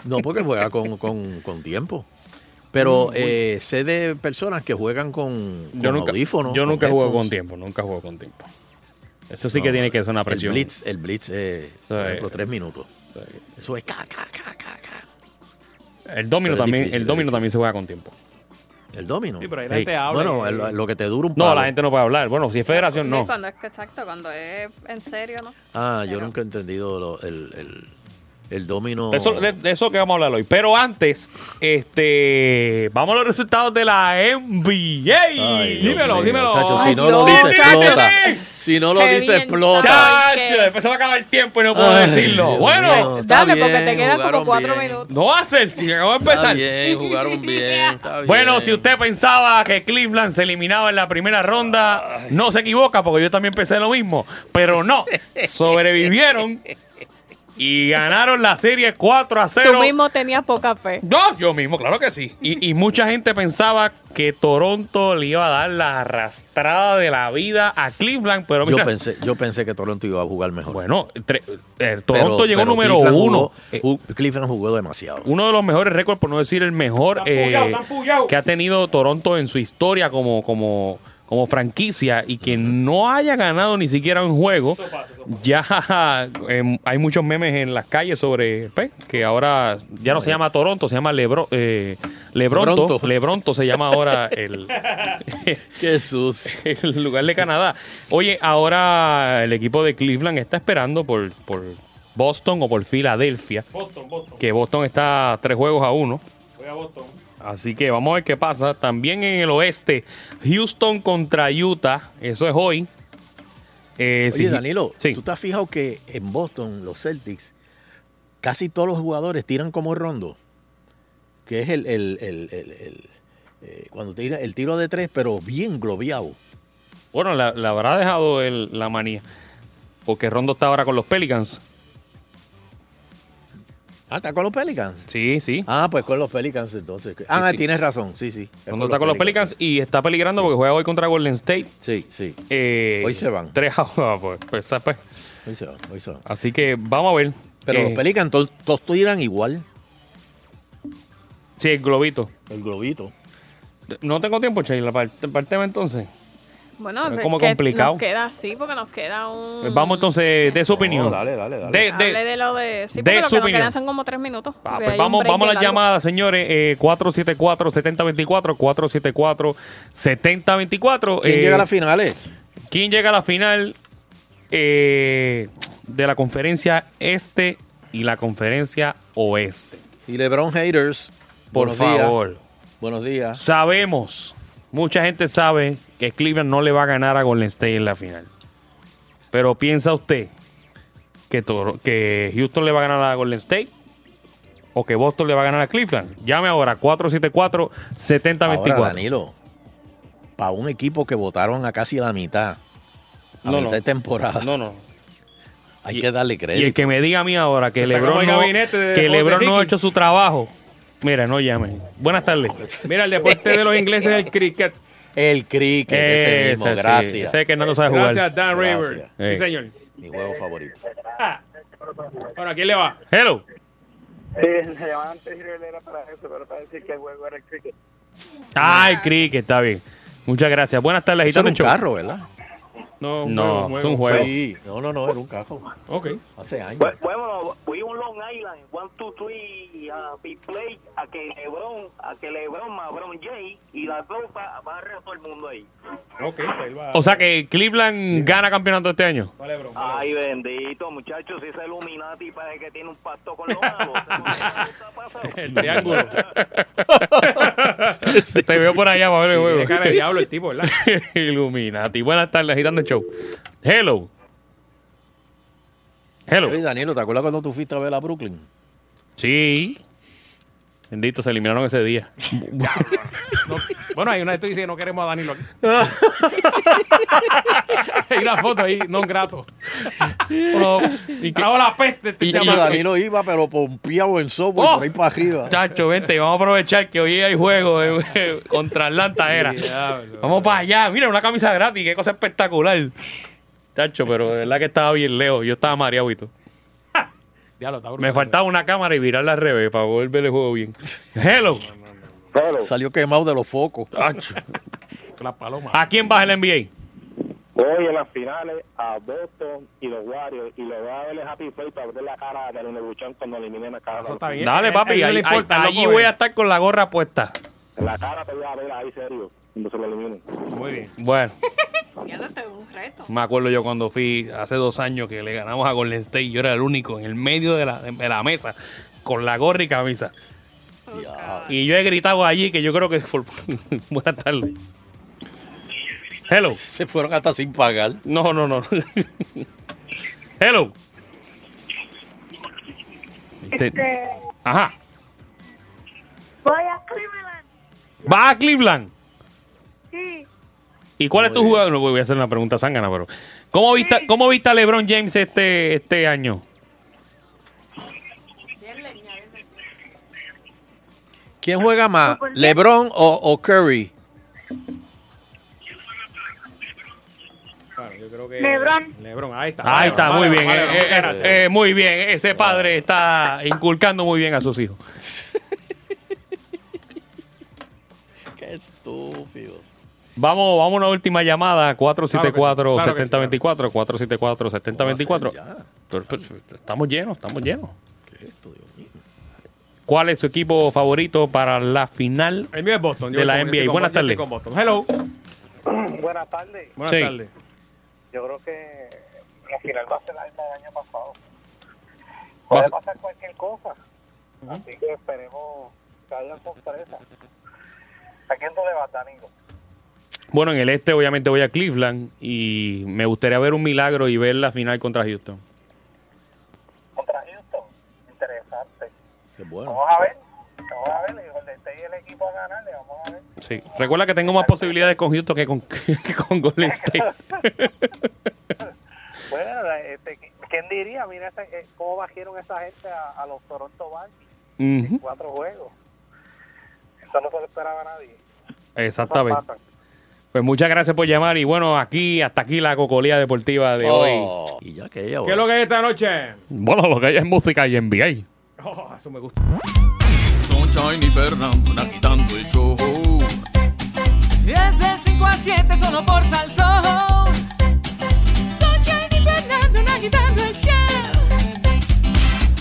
No, porque juega con, con- con tiempo. Pero eh, sé de personas que juegan con, Mm, Yo con nunca, audífonos. yo nunca juego juego con tiempo, nunca juego con tiempo. Eso sí que tiene que ser una presión. El blitz, el blitz eh, por Sí. ejemplo, tres minutos. Eso es ca, ca, ca, ca, ca. El Pero domino es también, difícil, el es domino difícil. también se juega con tiempo. El domino. Sí, pero ahí Sí. la gente habla. bueno, y- el- lo que te dura un No, palo. la gente no puede hablar. Bueno, si es federación, no. Cuando es, exacto, cuando es en serio, ¿no? Ah, yo Pero- nunca he entendido lo- el, el- El dominó. De eso, de- de eso que vamos a hablar hoy. Pero antes, este, vamos a los resultados de la NBA. Ay, Dios dímelo, mío, dímelo. chacho, si no lo dice, explota. Si no lo Qué dice, bien, explota. Chacho, después se va a acabar el tiempo y no puedo Ay, decirlo. Dios mío, bueno, está Dale, porque bien, te quedan quedan como jugaron cuatro bien. minutos. No va a ser, si acabo de empezar. bien, jugaron bien, está bien. Bueno, si usted pensaba que Cleveland se eliminaba en la primera ronda, no se equivoca, porque yo también pensé lo mismo. Pero no, sobrevivieron y ganaron la serie 4 a 0. Tú mismo tenías poca fe. No, yo mismo, claro que sí. Y, y mucha gente pensaba que Toronto le iba a dar la arrastrada de la vida a Cleveland, pero mira, Yo pensé, yo pensé que Toronto iba a jugar mejor. Bueno, eh, Toronto llegó número uno. eh, Eh, Cleveland jugó demasiado. uno de los mejores récords, por no decir el mejor, Están puyados, eh, están puyados. que ha tenido Toronto en su historia como, como, como franquicia y que no haya ganado ni siquiera un juego. Ya em, hay muchos memes en las calles sobre pues, que ahora ya no se llama Toronto, se llama Lebro, eh, Lebronto. Lebronto. Lebronto se llama ahora el, Jesús. El lugar de Canadá. Oye, ahora el equipo de Cleveland está esperando por, por Boston o por Filadelfia. Boston, Boston. Que Boston está tres juegos a uno. Voy a Boston. Así que vamos a ver qué pasa. También en el oeste, Houston contra Utah. Eso es hoy. Eh, Oye, si- Danilo, Sí. ¿tú te has fijado que en Boston, los Celtics, casi todos los jugadores tiran como rondo? Que es el, el- el- el- el, eh, cuando tira el tiro de tres, pero bien globeado. Bueno, la, la habrá dejado el- la manía. Porque Rondo está ahora con los Pelicans. Ah, está con los Pelicans. Sí, sí. Ah, pues con los Pelicans entonces. Ah, sí. tienes razón, sí, sí. es Rondo está con los Pelicans y está peligrando porque juega hoy contra Golden State. Sí, sí. hoy se van. Eh, Tres a pues, pues, pues. Hoy se van, hoy se van. Así que vamos a ver. Pero Eh, los Pelicans to- todos tiran igual. Sí, el globito. El globito. No tengo tiempo, Sheila, para el, para el tema entonces. Bueno, Se ve es como que complicado. Nos queda así porque nos queda un. Pues Vamos entonces de su opinión. dale, dale, dale. De- de- Mm. Hable de lo de. Sí, de porque lo su que nos opinión. quedan son como tres minutos. Ah, porque pues hay un vamos, break vamos a bien las largo. llamadas, señores. Eh, 474-7024, 474-7024. ¿Quién Eh, llega a las finales? ¿Quién llega a la final eh, de la conferencia este y la conferencia oeste? Y LeBron haters. Por buenos días. favor. Buenos días. Sabemos, mucha gente sabe que Cleveland no le va a ganar a Golden State en la final. Pero piensa usted que, Toro- que Houston le va a ganar a Golden State o que Boston le va a ganar a Cleveland. Llame ahora 474-7024. Ahora, Danilo, para un equipo que votaron a casi la mitad, a No, mitad de no. temporada. No, no. Hay que darle Y el crédito. que me diga a mí ahora que Está como LeBron, el no, gabinete de- que de LeBron no ha Ricky. hecho su trabajo, mira, no llame. Buenas tardes. Mira, el deporte de los ingleses es el cricket. El cricket, ese mismo, Ese sí, gracias. ese Eh, que no lo sabe jugar. Gracias, Dan Gracias. River. Eh. Sí, señor. Mi juego favorito. Bueno, ¿a quién le va? Hello. Eh, la llamada anterior era para eso, pero para decir que el juego era el cricket. Ay, cricket, está bien. Muchas gracias. Buenas tardes, Eso era Gitano un Show. carro, ¿verdad? No, un No, juego, es un juego. Sí, no, no, no, era un carro. Ok. Hace años. Bueno, Pues, Bueno, fui un Long Island, one, two, three, uh, big play, a que Lebron, a que Lebron, Mabron Jay y la tropa barre a todo el mundo ahí. Ok, él va. O sea que Cleveland gana campeonato este año. Vale, bro. Ay, bendito, muchachos, ese Illuminati parece que tiene un pacto con los magos. El triángulo. Te veo por allá para ver el Sí, juego. tiene cara de diablo el tipo, ¿verdad? Illuminati. Buenas tardes, agitando el show. Hello. Hello. Oye, Danilo, ¿te acuerdas cuando tú fuiste a ver a Brooklyn? Sí. Bendito, se eliminaron ese día. No- bueno, hay una de tú dice que no queremos a Danilo aquí. hay una foto ahí, no un grato. Pero, ¿y qué? Trajo la peste este Y- Chacho, chamaco. Danilo iba, pero pompeado en software Oh. por ahí para arriba. Chacho, vente, y vamos a aprovechar que hoy hay juego eh, contra Atlanta era. Diablo. Vamos para allá. Mira, una camisa gratis, qué cosa espectacular. Chacho, pero de verdad que estaba bien lejos. Yo estaba mareado y todo. Diablo, está brutal. Me faltaba una cámara y virarla al revés para poder ver el juego bien. Hello. Salió quemado de los focos. Chacho. La paloma. ¿A quién baja el NBA? Hoy en las finales a Boston y los Warriors y le voy a darle happy face para ver la cara de los Buchan cuando eliminen a cada Eso está bien. Dale, A él- a papi. él no Ahí, le importa, ahí- loco, ahí eh. voy a estar con la gorra puesta. La cara te voy a ver ahí serio cuando se lo eliminen. Muy bien. Bueno. Ya no tengo un reto. Me acuerdo yo cuando fui hace dos años que le ganamos a Golden State. Yo era el único en el medio de la, de la mesa con la gorra y camisa. Oh, Y yo he gritado allí que yo creo que. por- Buenas tardes. Hello. Se fueron hasta sin pagar. No, no, no. Hello. Este, Ajá. voy a Cleveland. Va a Cleveland. Sí, ¿Y cuál es tu jugador? No voy a hacer una pregunta zángana, pero. ¿Cómo viste, ¿cómo viste a LeBron James este, este año? ¿Quién juega más, LeBron o, o Curry? Claro, yo creo que Lebron. Lebron, ahí está. Ahí está, Ah, Vale, muy bien. vale, eh, vale, eh, gracias. eh, eh, muy bien. Ese padre está inculcando muy bien a sus hijos. Qué estúpido. Vamos, vamos a una última llamada. Claro 474-7024. que sí, 474-7024. Pero, pues, Estamos llenos, estamos llenos. ¿Cuál es su equipo favorito para la final El mío es Boston. yo de voy la con- yo estoy NBA? con- Buenas yo estoy tardes. con Boston. Hello. Buenas tardes. Buenas Sí. tardes. Yo creo que la final va a ser la misma del año pasado. Va a Puede ser- pasar cualquier cosa. Así que esperemos que haya sorpresa. ¿A quién tú le vas, Danilo? Bueno, en el este obviamente voy a Cleveland y me gustaría ver un milagro y ver la final contra Houston. Contra Houston. Interesante. Qué bueno. Vamos a ver. Vamos a ver. Y Golden State es el equipo a ganarle. Vamos a ver. Sí. Recuerda que tengo más posibilidades con Houston que con, que con Golden State. Bueno, la- este, ¿quién diría? Mira ese- eh, cómo bajaron esa gente a, a los Toronto Barbies. Ujú. Cuatro juegos. Eso no se lo esperaba nadie. Exactamente. Pues muchas gracias por llamar y bueno, aquí hasta aquí la cocolía deportiva de Oh, hoy. Y ya que ella ¿Qué es lo que hay esta noche? Bueno, lo que hay es música y NBA. Oh, eso me gusta. Sunshine y Fernando agitando el show. Desde 5 a 7 solo por Salsón. Sunshine y Fernando en agitando el show.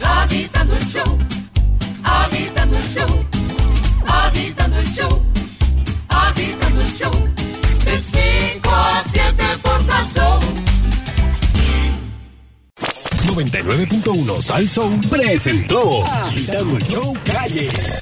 Agitando el show. Agitando el show. Agitando el show. Agitando el show. De 5 a 7 por Salsón. 99.1 Sal Soul presentó Agitando el Show Calle.